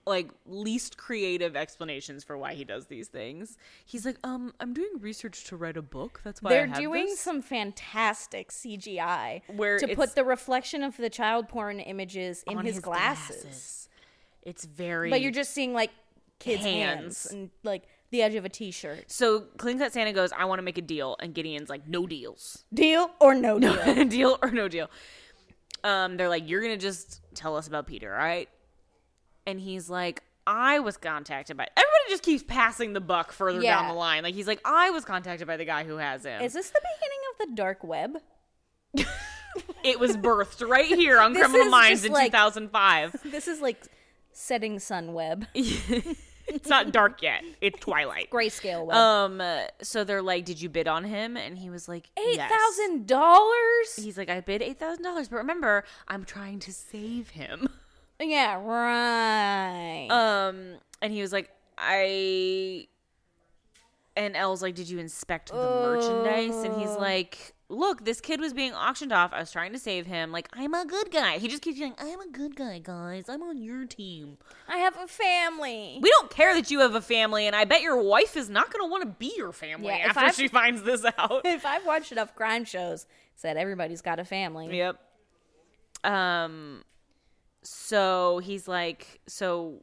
B: like, least creative explanations for why he does these things. He's like, um, I'm doing research to write a book. That's why I
A: They're
B: have
A: doing
B: this."
A: some fantastic CGI
B: Where
A: to
B: it's-
A: put the reflection of the child porn images in
B: on
A: his, glasses.
B: It's very.
A: But you're just seeing like kids'
B: Hands.
A: hands and like the edge of a t shirt.
B: so clean cut Santa goes, I want to make a deal, and Gideon's like, no deals.
A: Deal or no deal?
B: deal or no deal. Um, they're like, you're gonna just tell us about Peter, all right? And he's like, I was contacted by. Everybody just keeps passing the buck further down
A: Yeah.
B: the line. Like he's like, I was contacted by the guy who has him.
A: Is this the beginning of the dark web?
B: it was birthed right here on
A: This
B: Criminal
A: is
B: Minds
A: just
B: in
A: like-
B: 2005.
A: This is like setting sun web,
B: it's not dark yet. It's twilight.
A: grayscale web.
B: Um, uh, so they're like, did you bid on him? And he was like,
A: Eight
B: "Yes."
A: thousand dollars?
B: He's like, I bid eight thousand dollars, but remember, I'm trying to save him.
A: Yeah, right.
B: Um, and he was like, I. And Elle's like, Did you inspect the merchandise? And he's like, Look, this kid was being auctioned off. I was trying to save him. Like, I'm a good guy. He just keeps saying, I'm a good guy, guys. I'm on your team.
A: I have a family.
B: We don't care that you have a family, and I bet your wife is not going to want to be your family
A: Yeah, if
B: after
A: I've-
B: she finds this out.
A: if I've watched enough crime shows, it's that everybody's got a family.
B: Yep. Um so he's like so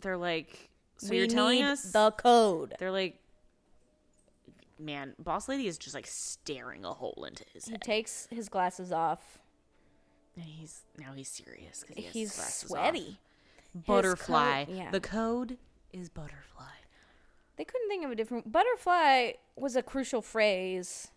B: they're like so
A: we
B: you're telling
A: need
B: us
A: the code.
B: They're like, man, boss lady is just like staring a hole into his
A: He
B: head,
A: takes his glasses off.
B: and he's now he's serious because he has
A: He's
B: his glasses
A: sweaty.
B: Off. Butterfly.
A: coat- yeah.
B: The code is butterfly.
A: They couldn't think of a different. Butterfly was a crucial phrase.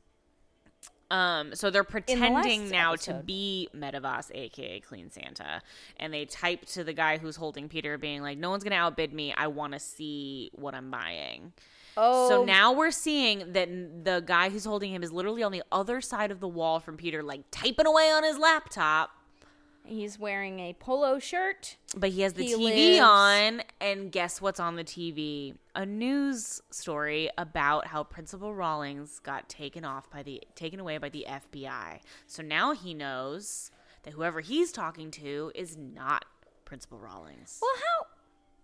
B: Um, so they're pretending
A: last
B: now to
A: episode.
B: be Metavas, aka Clean Santa, and they type to the guy who's holding Peter, being like, "No one's gonna outbid me. I want to see what I'm buying."
A: Oh,
B: So now we're seeing that n- the guy who's holding him is literally on the other side of the wall from Peter, like typing away on his laptop.
A: he's wearing a polo shirt.
B: But he has the
A: He
B: TV
A: lives-
B: on, and guess what's on the TV? A news story about how Principal Rawlings got taken off by the taken away by the FBI. So now he knows that whoever he's talking to is not Principal Rawlings.
A: Well, how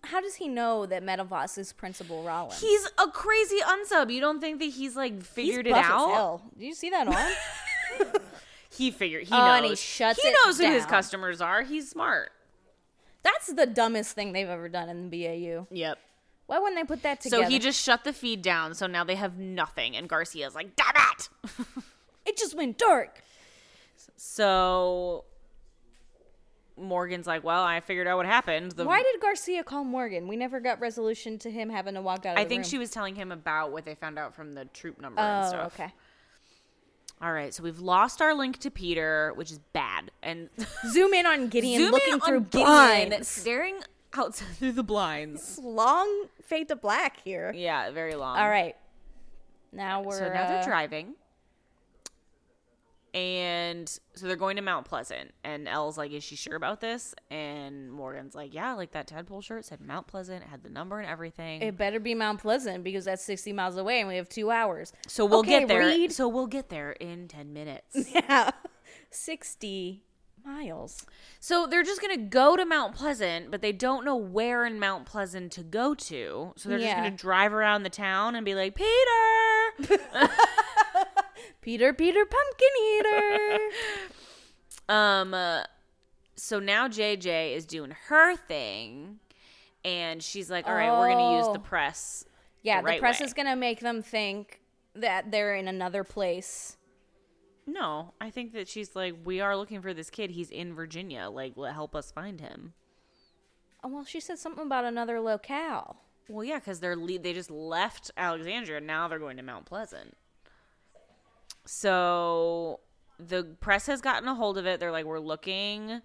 A: how does he know that Metavoss is Principal Rollins?
B: He's a crazy unsub. You don't think that he's like
A: He's
B: figured it
A: buff as
B: out?
A: hell. Did you see that on?
B: He figured he
A: Oh,
B: knows.
A: and he shuts
B: He
A: it
B: knows who his
A: down.
B: customers are. He's smart.
A: That's the dumbest thing they've ever done in the BAU.
B: Yep.
A: Why wouldn't they put that
B: So
A: together?
B: he just shut the feed down. So now they have nothing, and Garcia's like, "Damn it!"
A: it just went dark.
B: So Morgan's like, "Well, I figured out what happened." The,
A: Why did Garcia call Morgan? We never got resolution to him having to walk out. Of
B: I
A: the
B: think
A: room.
B: she was telling him about what they found out from the troop number and
A: Oh,
B: stuff.
A: okay.
B: All right, so we've lost our link to Peter, which is bad. And
A: Zoom in on Gideon
B: zoom
A: looking
B: in on
A: through
B: Gideon
A: blinds.
B: staring outside through the blinds.
A: Long fade to black here.
B: Yeah, very long.
A: All right. Now we're
B: so now they're
A: uh,
B: driving. And so they're going to Mount Pleasant. And Elle's like, Is she sure about this? And Morgan's like, Yeah, like that tadpole shirt said Mount Pleasant, it had the number and everything.
A: It better be Mount Pleasant because that's 60 miles away and we have two hours.
B: So we'll
A: Okay,
B: get there.
A: Reed.
B: So we'll get there in 10 minutes.
A: Yeah. 60 Miles.
B: So they're just going to go to Mount Pleasant, but they don't know where in Mount Pleasant to go to. So they're just
A: Yeah.
B: going to drive around the town and be like, Peter!
A: Peter, Peter, pumpkin eater.
B: um, uh, so now JJ is doing her thing, and she's like, all right, we're going to use
A: Oh.
B: the press.
A: yeah,
B: The
A: the,
B: right
A: press
B: way.
A: is going to make them think that they're in another place.
B: No, I think that she's like, we are looking for this kid. He's in Virginia. Like, let- help us find him.
A: Oh, well, she said something about another locale.
B: Well, yeah, because they're le- they just left Alexandria. and Now they're going to Mount Pleasant. So the press has gotten a hold of it. They're like, we're looking.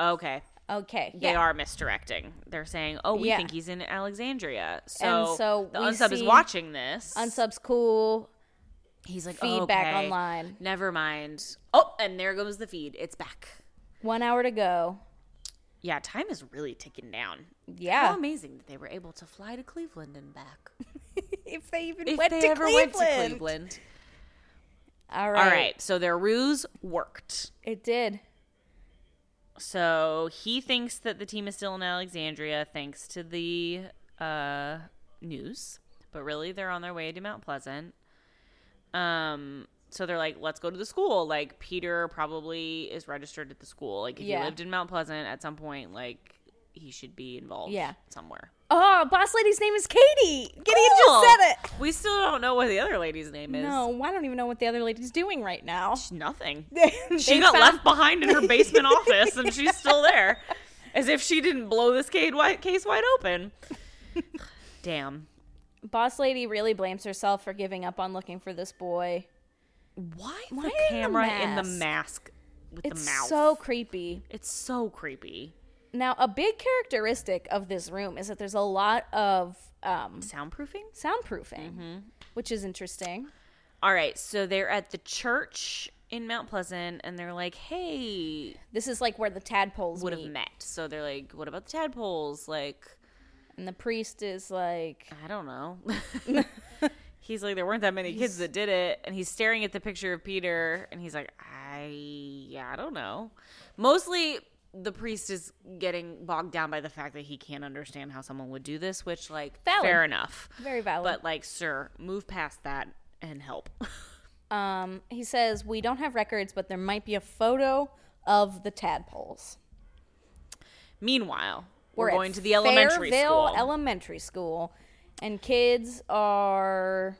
B: Okay,
A: Okay.
B: they
A: yeah.
B: are misdirecting. They're saying, oh, we
A: Yeah.
B: think he's in Alexandria. So,
A: so
B: the
A: we
B: unsub is
A: see
B: watching this.
A: Unsub's cool.
B: he's like,
A: feedback
B: okay,
A: online.
B: Never mind. Oh, and there goes the feed. It's back.
A: One hour to go.
B: Yeah, time is really ticking down. How
A: Yeah.
B: amazing that they were able to fly to Cleveland and back.
A: if they even
B: If
A: went,
B: they
A: to
B: ever
A: Cleveland.
B: went to Cleveland.
A: All right.
B: All right, so their ruse worked.
A: It did.
B: So he thinks that the team is still in Alexandria thanks to the uh, news, but really they're on their way to Mount Pleasant. Um, so they're like, let's go to the school. Like Peter probably is registered at the school. Like if
A: Yeah.
B: he lived in Mount Pleasant at some point, like he should be involved.
A: Yeah.
B: somewhere.
A: Oh, boss lady's name is Katie. Gideon
B: Cool.
A: just said it.
B: We still don't know what the other lady's name is.
A: No, I don't even know what the other lady's doing right now.
B: nothing. she
A: They
B: got
A: found-
B: left behind in her basement office and she's still there as if she didn't blow this case wide, case wide open damn
A: Boss lady really blames herself for giving up on looking for this boy.
B: why,
A: Why
B: the
A: in the
B: camera in the mask with
A: It's
B: the mouth
A: so creepy.
B: it's so creepy
A: Now, a big characteristic of this room is that there's a lot of um,
B: soundproofing
A: soundproofing,
B: Mm-hmm.
A: which is interesting.
B: all right so they're at the church in mount pleasant and they're like hey
A: This is like where the tadpoles
B: would have
A: meet,
B: met so they're like what about the tadpoles like
A: and the priest is like,
B: I don't know. he's like, there weren't that many kids that did it, and he's staring at the picture of Peter, and he's like, I, yeah, I don't know. Mostly, the priest is getting bogged down by the fact that he can't understand how someone would do this, which, like,
A: Valid.
B: fair enough.
A: very valid.
B: But like, sir, move past that and help.
A: um, he says, We don't have records, but there might be a photo of the tadpoles.
B: Meanwhile, we're,
A: at
B: going to the elementary
A: Fairville
B: school.
A: Elementary School, and kids are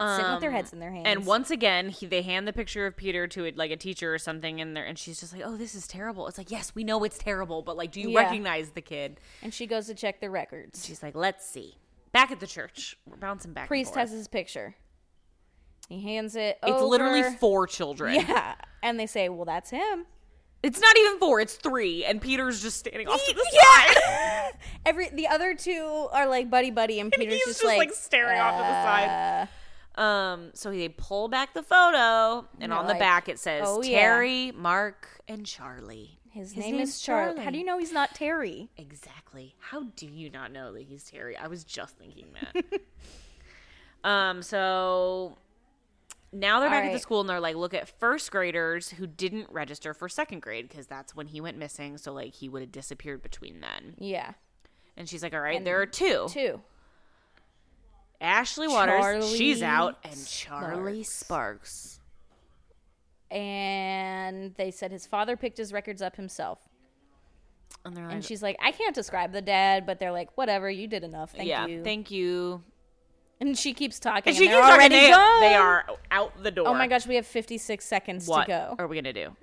A: sitting with their heads in their hands.
B: Um, And once again, he, they hand the picture of Peter to a, like a teacher or something in there, and she's just like, "Oh, this is terrible." It's like, yes, we know it's terrible, but like, do you
A: Yeah.
B: recognize the kid?
A: and she goes to check the records.
B: She's like, "Let's see." Back at the church, we're bouncing back. and
A: Priest
B: forth.
A: has his picture. He hands it.
B: It's literally
A: over.
B: four children.
A: yeah, and they say, "Well, that's him."
B: It's not even four; it's three, and Peter's just standing off to the side.
A: Yeah. Every the other two are like buddy buddy, and Peter's
B: He's
A: just, "Uh."
B: just, like, staring off to the side. Um, so they pull back the photo, and
A: They're
B: on the
A: like,
B: back it says
A: "Oh, yeah."
B: Terry, Mark, and Charlie.
A: His,
B: His
A: name
B: name's
A: is Charlie. How
B: Charlie.
A: do you know he's not Terry?
B: Exactly. How do you not know that he's Terry? I was just thinking that. um, so now they're
A: All
B: back at the
A: right.
B: school and they're like, look at first graders who didn't register for second grade because that's when he went missing. So like he would have disappeared between then.
A: Yeah,
B: And she's like, all right, there are two.
A: two.
B: Ashley Waters,
A: Charlie
B: she's out, and Charlie Sparks.
A: And they said his father picked his records up himself.
B: And they're like,
A: And she's like, I can't describe the dad, but they're like, whatever, you did enough. Thank
B: yeah,
A: you.
B: thank you.
A: and she keeps talking. And
B: And she
A: they're
B: keeps talking.
A: already
B: They,
A: gone.
B: they are out the door.
A: Oh my gosh, we have 56 seconds
B: What
A: to go.
B: are we gonna do?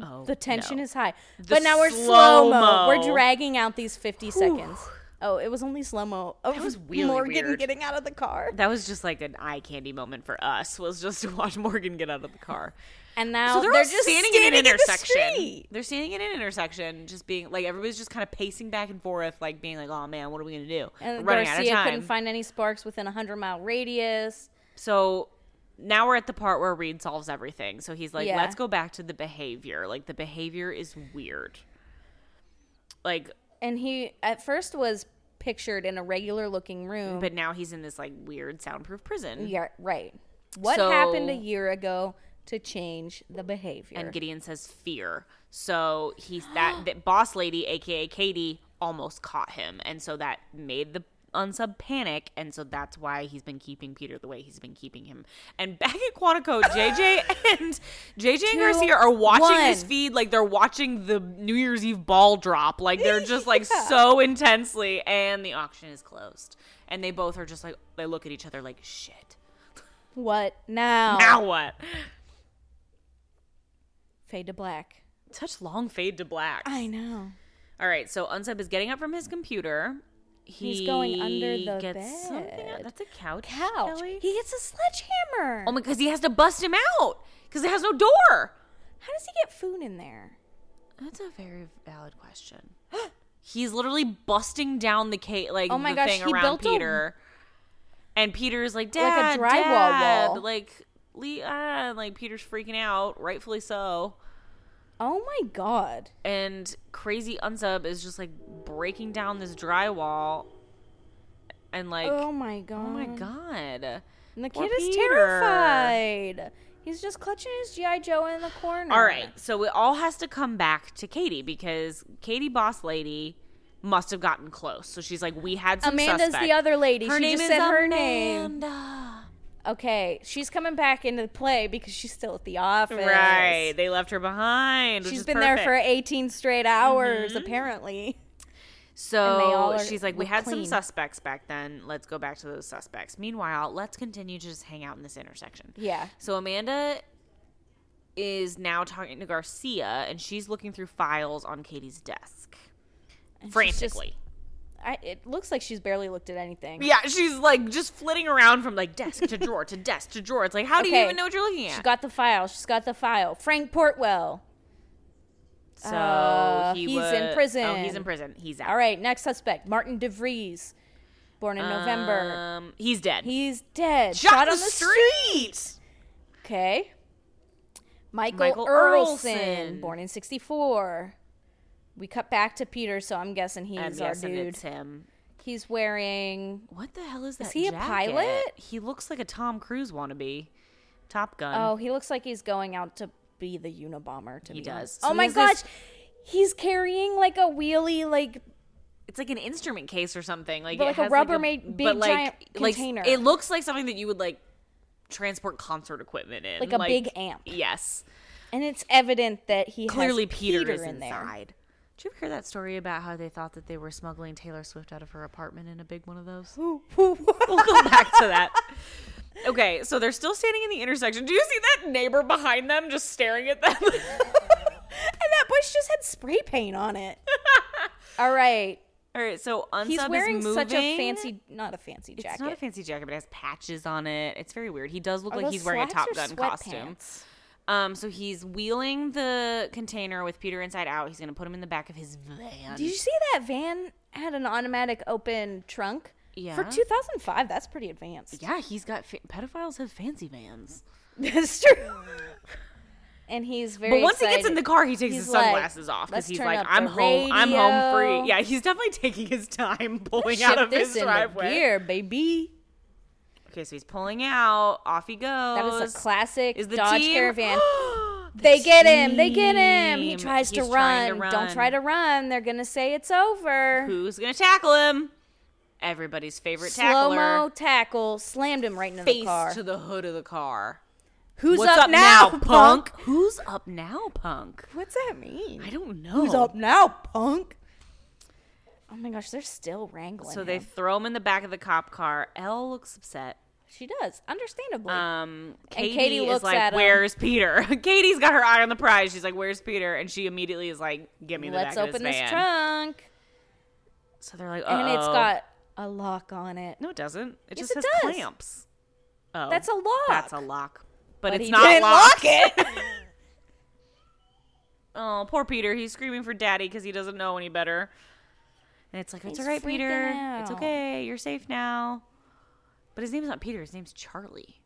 B: Oh,
A: The tension
B: no.
A: is high.
B: The
A: But now we're slow
B: slow-mo.
A: mo. We're dragging out these 50 seconds. Oh, it was only slow mo. Oh,
B: was really
A: Morgan
B: weird.
A: getting out of the car.
B: That was just like an eye candy moment for us. Was just to watch Morgan get out of the car.
A: And now
B: So they're,
A: they're,
B: all
A: just
B: standing, at an
A: the
B: intersection.
A: street.
B: they're standing at an intersection, just being like everybody's just kind of pacing back and forth, like being like, "Oh man, what are we gonna do?"
A: And
B: We're running out of
A: Garcia
B: time.
A: couldn't find any sparks within a 100 mile radius.
B: so now we're at the part where Reed solves everything. So he's like,
A: Yeah.
B: "Let's go back to the behavior. Like the behavior is weird. Like,
A: And he at first was pictured in a regular looking room.
B: but now he's in this like weird soundproof prison.
A: Yeah, right. What
B: So-
A: happened a year ago to change the behavior.
B: and Gideon says fear. So he's that, that boss lady, aka Katie, almost caught him, and so that made the unsub panic, and so that's why he's been keeping Peter the way he's been keeping him. And back at Quantico, JJ and JJ and Garcia are watching this
A: one.
B: feed like they're watching the New Year's Eve ball drop. Like they're just like
A: Yeah.
B: so intensely, and the auction is closed, and they both are just like they look at each other like shit.
A: what now?
B: Now what?
A: Fade to black.
B: Such long fade to black.
A: I know.
B: All right, so Unsub is getting up from his computer. He
A: He's going under the
B: gets Something
A: bed.
B: That's a couch.
A: Couch.
B: Kelly?
A: He gets a sledgehammer.
B: oh my, because he has to bust him out because it has no door.
A: How does he get food in there?
B: That's a very valid question. He's literally busting down the cake, like
A: Oh my
B: the
A: gosh,
B: thing
A: he
B: around
A: built a-
B: Peter. And Peter's like,
A: a
B: Dad,
A: drywall
B: Dad,"
A: wall.
B: Like, Lee, ah, and like Peter's freaking out, rightfully so.
A: Oh my god.
B: and crazy unsub is just like breaking down this drywall and like
A: oh
B: oh,
A: my god.
B: my god
A: And the
B: poor
A: kid is
B: Peter.
A: terrified. He's just clutching his GI Joe in the corner.
B: all right so it all has to come back to katie because katie boss lady must have gotten close so she's like we had some
A: Amanda's
B: suspect.
A: the other lady.
B: her
A: she
B: name
A: just
B: is
A: said
B: Amanda.
A: her name. Okay, she's coming back into play because she's still at the office.
B: right they left her behind which
A: She's
B: is
A: been
B: perfect. Mm-hmm.
A: there for 18 straight hours, apparently.
B: So
A: And they all are-
B: she's like, we
A: look
B: had some
A: clean.
B: suspects back then. Let's go back to those suspects. Meanwhile, let's continue to just hang out in this intersection.
A: Yeah.
B: So Amanda is now talking to Garcia, and she's looking through files on Katie's desk
A: And she's just-
B: frantically.
A: I, it looks like she's barely looked at anything.
B: yeah, she's like just flitting around from like desk to drawer to desk to drawer. It's like, how do you
A: Okay.
B: even know what you're looking at?
A: She got the file. She's got the file. Frank Portwell.
B: so
A: Uh,
B: he
A: he's
B: wa-
A: in prison.
B: Oh, he's in prison. He's out.
A: All right, next suspect, Martin DeVries, born in November.
B: Um, he's dead.
A: He's dead.
B: shot,
A: Shot,
B: the
A: on the street.
B: street.
A: Okay. Michael,
B: Michael
A: Earlson,
B: Earlson.
A: born in 64. We cut back to Peter, so I'm guessing he's
B: I'm
A: our
B: guessing
A: dude.
B: it's him.
A: He's wearing.
B: What the hell is that?
A: he a
B: jacket?
A: pilot?
B: He looks like a Tom Cruise wannabe. Top Gun.
A: Oh, he looks like he's going out to be the Unabomber. To
B: He
A: be honest.
B: does. So
A: oh my
B: there's this-
A: gosh, he's carrying like a wheelie, like
B: it's like an instrument case or something. Like
A: But like
B: it
A: a
B: has
A: Rubbermaid
B: but
A: big
B: like-
A: giant
B: like,
A: container.
B: It looks like something that you would like transport concert equipment in,
A: Like a big amp.
B: Yes,
A: and it's evident that he has
B: clearly Peter, is
A: in there.
B: inside. Did you ever hear that story about how they thought that they were smuggling Taylor Swift out of her apartment in a big one of those? we'll go back to that. Okay, so they're still standing in the intersection. Do you see that neighbor behind them just staring at them?
A: and that bush just had spray paint on it. All right.
B: All right, so unsub
A: He's
B: is
A: wearing such a
B: moving.
A: fancy, not a fancy jacket.
B: It's not a fancy jacket, but it has patches on it. It's very weird. He does look
A: Are
B: like
A: those
B: he's wearing a
A: slacks
B: Top
A: or
B: Gun costume.
A: sweatpants?
B: Um, so he's wheeling the container with Peter inside out. He's gonna put him in the back of his van.
A: Did you see that van had an automatic open trunk? For
B: Yeah.
A: 2005, that's pretty advanced.
B: yeah, he's got fa- pedophiles have fancy vans.
A: That's true. and he's very.
B: But once he gets in the
A: excited.
B: car, he takes
A: He's
B: his
A: like,
B: sunglasses off because
A: "Let's
B: he's
A: turn
B: like,
A: up the
B: "I'm home, I'm home free."
A: radio.
B: Yeah, he's definitely taking his time pulling
A: Shift
B: out of
A: this
B: his
A: into
B: driveway.
A: gear, baby.
B: Okay, so he's pulling out. Off he goes.
A: That was a classic
B: Is the
A: Dodge
B: team-
A: Caravan.
B: The
A: They get him. They get him. He
B: team.
A: tries to
B: He's
A: run.
B: trying
A: Don't try to run. They're gonna say it's over.
B: Who's gonna tackle him? Everybody's favorite
A: Slow mo
B: tackler.
A: tackle slammed him right into the
B: Face
A: car.
B: to the hood of the car.
A: Who's up, now, punk?
B: Who's up now, punk?
A: What's that mean?
B: I don't know.
A: Who's up now, punk? Oh my gosh, they're still wrangling.
B: So they
A: him.
B: throw him in the back of the cop car. Elle looks upset.
A: she does understandably.
B: Um, Katie,
A: Katie
B: is
A: looks
B: like,
A: at him.
B: "Where's Peter?" Katie's got her eye on the prize. She's like, "Where's Peter?" And she immediately is like, "Give me the
A: Let's
B: back
A: open
B: of this
A: this
B: van."
A: trunk,
B: So they're like,
A: and it's
B: "Uh-oh."
A: got a lock on it.
B: no, it doesn't.
A: Yes,
B: It just
A: it
B: has
A: does.
B: clamps. Oh,
A: That's a lock.
B: That's a lock, but,
A: But
B: it's
A: he
B: not
A: didn't lock
B: locked.
A: it.
B: Oh, poor Peter. He's screaming for daddy because he doesn't know any better. And it's like, it's
A: He's
B: all right,
A: freaking
B: Peter. It's
A: out.
B: okay. You're safe now. But his name's not Peter. His name's Charlie.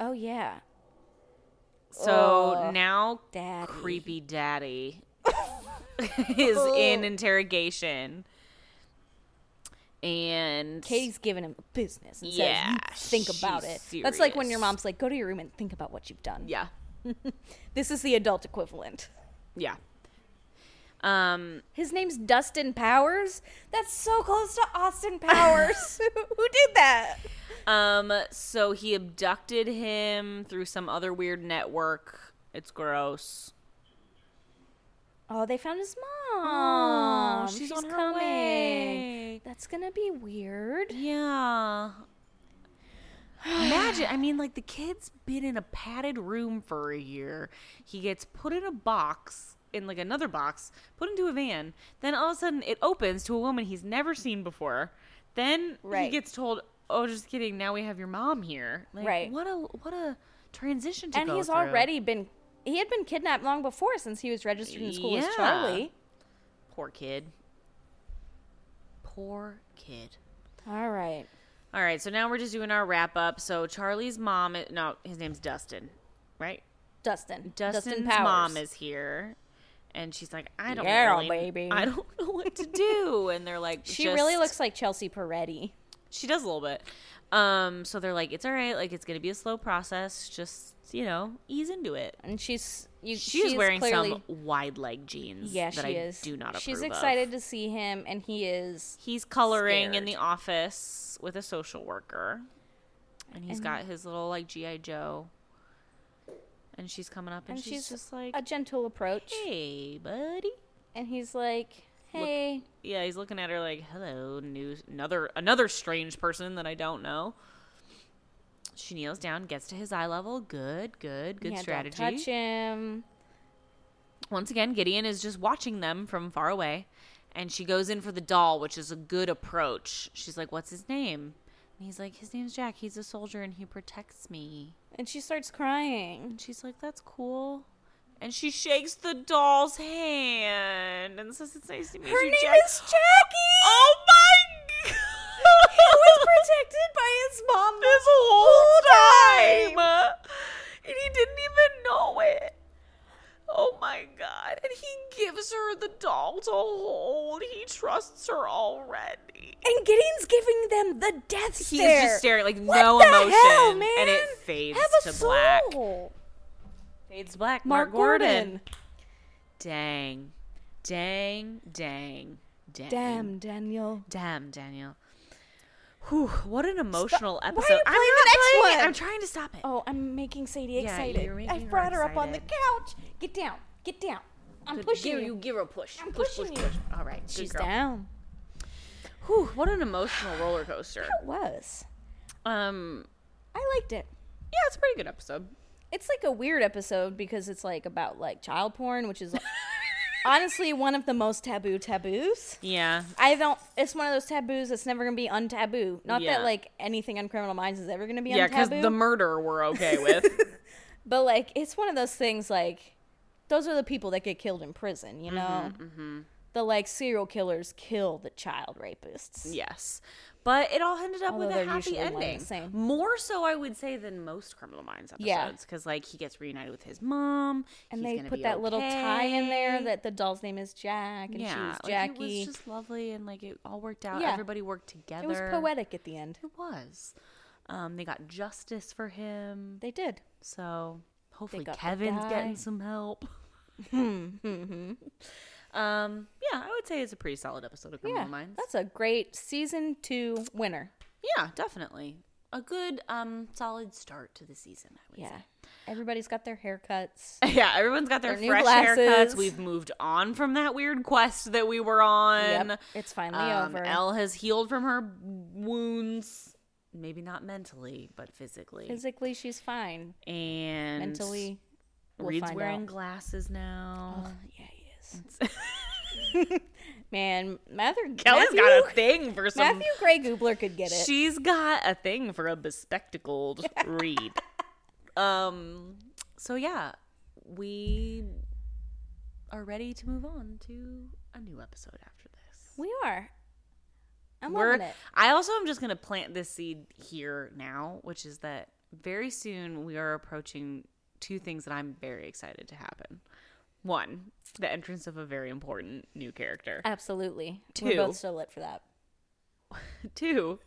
A: oh yeah,
B: So
A: Ugh.
B: now
A: daddy.
B: creepy daddy is in interrogation. and
A: Katie's giving him business and yeah,
B: Yeah,
A: think about it.
B: she's
A: That's like when your
B: serious.
A: mom's like, go to your room and think about what you've done.
B: yeah,
A: This is the adult equivalent.
B: yeah. Um,
A: His name's Dustin Powers? That's so close to Austin Powers. Who did that?
B: um. So he abducted him through some other weird network. It's gross.
A: Oh, they found his mom.
B: Oh, she's, on her way.
A: That's gonna be weird.
B: Yeah. Imagine, I mean, like the kid's been in a padded room for a year. He gets put in a box, in like another box, put into a van. Then all of a sudden it opens to a woman he's never seen before. Then he
A: Right.
B: gets told, "Oh, just kidding. Now we have your mom here." Like,
A: Right.
B: What a what a transition to
A: And
B: go
A: he's
B: through.
A: already been he had been kidnapped long before since he was registered in school
B: Yeah.
A: as Charlie.
B: poor kid. Poor kid.
A: All right.
B: All right, so now we're just doing our wrap up. So Charlie's mom, i- no, his name's Dustin, right?
A: Dustin.
B: Dustin's
A: Dustin Powers.
B: mom is here, and she's like, I don't,
A: Yeah,
B: really-
A: baby.
B: I don't know what to do. and they're like,
A: She really
B: "Just-
A: looks like Chelsea Peretti.
B: she does a little bit. Um, so they're like, it's all right, like it's gonna be a slow process. Just you know, ease into it.
A: And she's you,
B: She's,
A: she's
B: wearing
A: clearly,
B: some wide leg jeans.
A: Yeah,
B: that
A: she
B: I
A: is.
B: Do not approve.
A: She's
B: of.
A: excited to see him and he is
B: He's coloring in
A: Scared.
B: the office with a social worker, and he's
A: And-
B: got his little like GI Joe, and she's coming up, and,
A: and
B: she's,
A: she's
B: just like,
A: a gentle approach.
B: "Hey, buddy."
A: And he's like, "Hey,
B: Yeah, he's looking at her like, "Hello, new another another strange person that I don't know." She kneels down, gets to his eye level. Good, good, good
A: yeah,
B: strategy.
A: Don't touch him."
B: Once again, Gideon is just watching them from far away, and she goes in for the doll, which is a good approach. She's like, "What's his name?" And he's like, "His name's Jack. He's a soldier, and he protects me."
A: And she starts crying.
B: And she's like, "That's cool." And she shakes the doll's hand and says, "It's nice to meet
A: Her
B: you,
A: name
B: Jack."
A: is Jackie.
B: Oh my god!
A: he was protected by his mom this whole time.
B: And he didn't even know it. Oh my god. And he gives her the doll to hold. He trusts her already.
A: And Gideon's giving them the death
B: He
A: stare.
B: is just staring like
A: What
B: no
A: the
B: emotion.
A: hell, man?
B: And it fades
A: Have a
B: to black.
A: soul.
B: Fades to black.
A: Mark Gordon.
B: Dang. Dang. Dang. Dang.
A: Damn, Daniel.
B: Damn, Daniel. Whew, what an emotional
A: Why are you
B: episode. I'm
A: playing
B: not
A: the next
B: playing it.
A: one?
B: I'm trying to stop it.
A: Oh, I'm making Sadie
B: Yeah,
A: excited.
B: you're making
A: I've
B: her
A: brought her, up on the
B: excited.
A: couch. Get down. Get down. I'm pushing
B: give,
A: you.
B: give her a push.
A: I'm
B: push,
A: pushing
B: push,
A: you.
B: push. All right. good
A: She's
B: girl.
A: down.
B: Whew, what an emotional roller coaster.
A: It was.
B: Um,
A: I liked it.
B: yeah, it's a pretty good episode.
A: It's like a weird episode because it's like about like child porn, which is honestly one of the most taboo taboos.
B: Yeah,
A: I don't. It's one of those taboos that's never gonna be untaboo. Not
B: Yeah.
A: that like anything on Criminal Minds is ever gonna be
B: yeah, because
A: untaboo.
B: the murder we're okay with.
A: but like, it's one of those things like those are the people that get killed in prison.
B: Mm-hmm,
A: You know, the like serial killers kill the child rapists.
B: yes, but it all ended up
A: Although
B: with
A: they're
B: a happy
A: usually one and the
B: ending.
A: same.
B: More so, I would say, than most Criminal Minds
A: Yeah.
B: episodes, because like he gets reunited with his mom,
A: And
B: he's
A: they
B: gonna
A: put
B: be
A: that little tie in there
B: okay.
A: that the doll's name is Jack and
B: yeah,
A: she's Jackie.
B: Like, it was just lovely, and like it all worked out.
A: Yeah.
B: Everybody worked together.
A: It was poetic at the end.
B: It was. Um, they got justice for him.
A: They did.
B: So hopefully
A: got the
B: Kevin's
A: guy.
B: getting some help. um, yeah, I would say it's a pretty solid episode of Criminal
A: Yeah,
B: Minds.
A: that's a great season two winner.
B: Yeah, definitely. A good, um, solid start to the season, I would
A: Yeah, everybody's got their haircuts.
B: say. Yeah, everyone's got their,
A: Their new
B: fresh
A: glasses.
B: haircuts. We've moved on from that weird quest that we were on.
A: Yep, it's finally
B: Um,
A: over.
B: Elle has healed from her wounds. Maybe not mentally, but physically.
A: Physically, she's fine.
B: and
A: Mentally, we'll
B: Reed's
A: find
B: wearing
A: out. Oh.
B: glasses now.
A: Uh, Yeah, he is. Man, Mather,
B: Kelly's
A: Matthew,
B: got a thing for some.
A: Matthew Gray Goobler could get it.
B: She's got a thing for a bespectacled Reed. Um. So yeah, we are ready to move on to a new episode after this.
A: we are. I'm
B: We're.
A: loving it.
B: I also am just gonna plant this seed here now, which is that very soon we are approaching two things that I'm very excited to happen. One, the entrance of a very important new character.
A: Absolutely,
B: Two.
A: we're both so lit for that.
B: Two,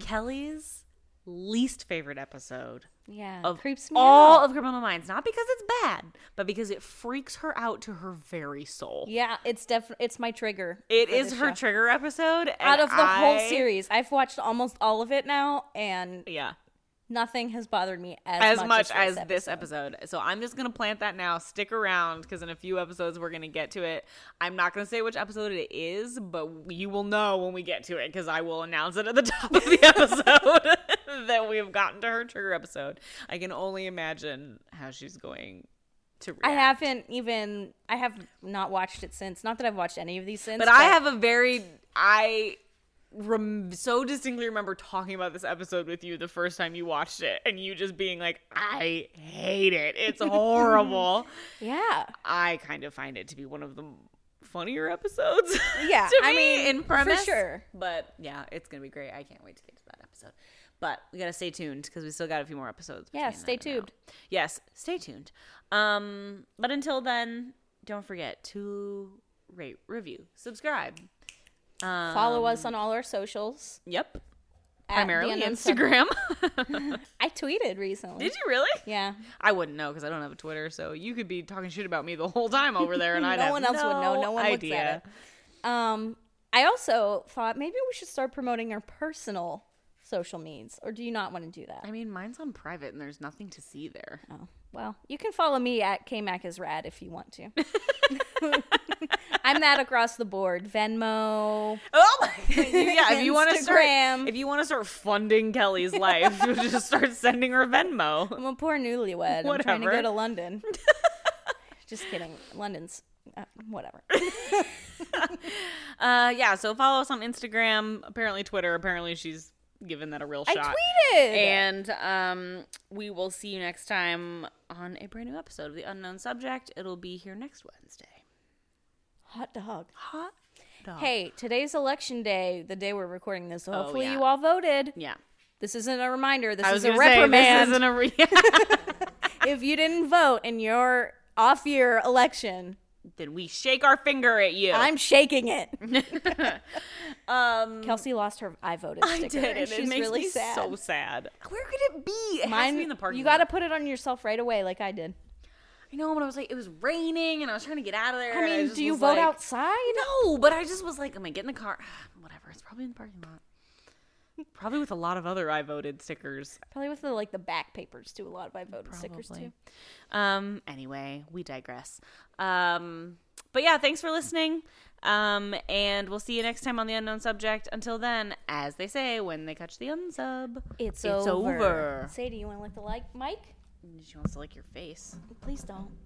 B: Kelly's least favorite episode
A: Yeah.
B: of
A: creeps me
B: all
A: out.
B: of Criminal Minds. Not because it's bad, but because it freaks her out to her very soul.
A: yeah, it's definitely it's my trigger.
B: It
A: for
B: is
A: this
B: her
A: show.
B: trigger episode. and
A: out of the whole
B: I-
A: series. I've watched almost all of it now, and
B: Yeah.
A: nothing has bothered me as,
B: As much as this
A: episode.
B: episode. So I'm just going to plant that now. Stick around because in a few episodes we're going to get to it. I'm not going to say which episode it is, but you will know when we get to it because I will announce it at the top of the episode that we've gotten to her trigger episode. I can only imagine how she's going to react.
A: I haven't even I have not watched it since. Not that I've watched any of these since.
B: But I have a very I rem- so distinctly remember talking about this episode with you the first time you watched it and you just being like I hate it. It's horrible.
A: yeah.
B: I kind of find it to be one of the funnier episodes.
A: Yeah,
B: to
A: I
B: me,
A: mean,
B: in
A: for
B: premise.
A: sure.
B: But yeah, it's going to be great. I can't wait to get to that episode. But we got to stay tuned because we still got a few more episodes.
A: Yeah,
B: between
A: stay
B: then and now.
A: tuned.
B: Yes, stay tuned. Um, but until then, don't forget to rate, review, subscribe. Um,
A: Follow us on all our socials.
B: Yep.
A: at The
B: Primarily
A: Unknown Sub-
B: Instagram.
A: I tweeted recently.
B: Did you really?
A: Yeah.
B: I wouldn't know because I don't have a Twitter. So you could be talking shit about me the whole time over there, and I'd
A: no
B: have
A: one else would know. No one
B: idea.
A: looks at it. Um, I also thought maybe we should start promoting our personal social medias, or do you not want to do that?
B: I mean, mine's on private and there's nothing to see there.
A: Oh, well, you can follow me at KMac is rad if you want to. I'm that across the board. Venmo.
B: Oh my god. Yeah, if you want to start
A: Instagram.
B: if you want to start funding Kelly's life, you just start sending her Venmo.
A: I'm a poor newlywed. I'm trying to
B: Whatever.
A: go to London. Just kidding. London's uh, whatever.
B: Uh yeah, so follow us on Instagram, apparently Twitter, apparently she's given that a real
A: I
B: shot.
A: tweeted.
B: And um we will see you next time on a brand new episode of The Unknown Subject. It'll be here next Wednesday.
A: Hot dog.
B: Hot dog.
A: Hey, today's election day, the day we're recording this. So hopefully
B: Oh, yeah.
A: you all voted.
B: Yeah.
A: This isn't a reminder. This
B: I
A: is
B: was
A: a
B: gonna say,
A: reprimand.
B: This isn't a re-
A: if you didn't vote in your off year election,
B: Then we shake our finger at you.
A: I'm shaking it.
B: um
A: Kelsey lost her I voted sticker.
B: I did,
A: and
B: and
A: she's
B: it makes
A: really
B: me
A: sad.
B: so sad. Where could it be? It has to
A: Mine,
B: be in the parking
A: you got
B: lot.
A: to put it on yourself right away, like I did.
B: I know, but I was like, it was raining, and I was trying to get out of there.
A: I
B: and
A: mean,
B: just
A: do you
B: was
A: vote
B: like-
A: outside?
B: No, but I just was like, am I getting in the car? Whatever. It's probably in the parking lot. Probably with a lot of other I voted stickers.
A: Probably with the like the back papers too. A lot of I voted stickers
B: Probably.
A: too.
B: Um. Anyway, we digress. Um. But yeah, thanks for listening. Um. And we'll see you next time on the unknown subject. Until then, as they say, when they catch the unsub,
A: It's,
B: It's
A: over.
B: over.
A: Sadie, you want to lick the like, Mike?
B: she wants to lick your face.
A: Please don't.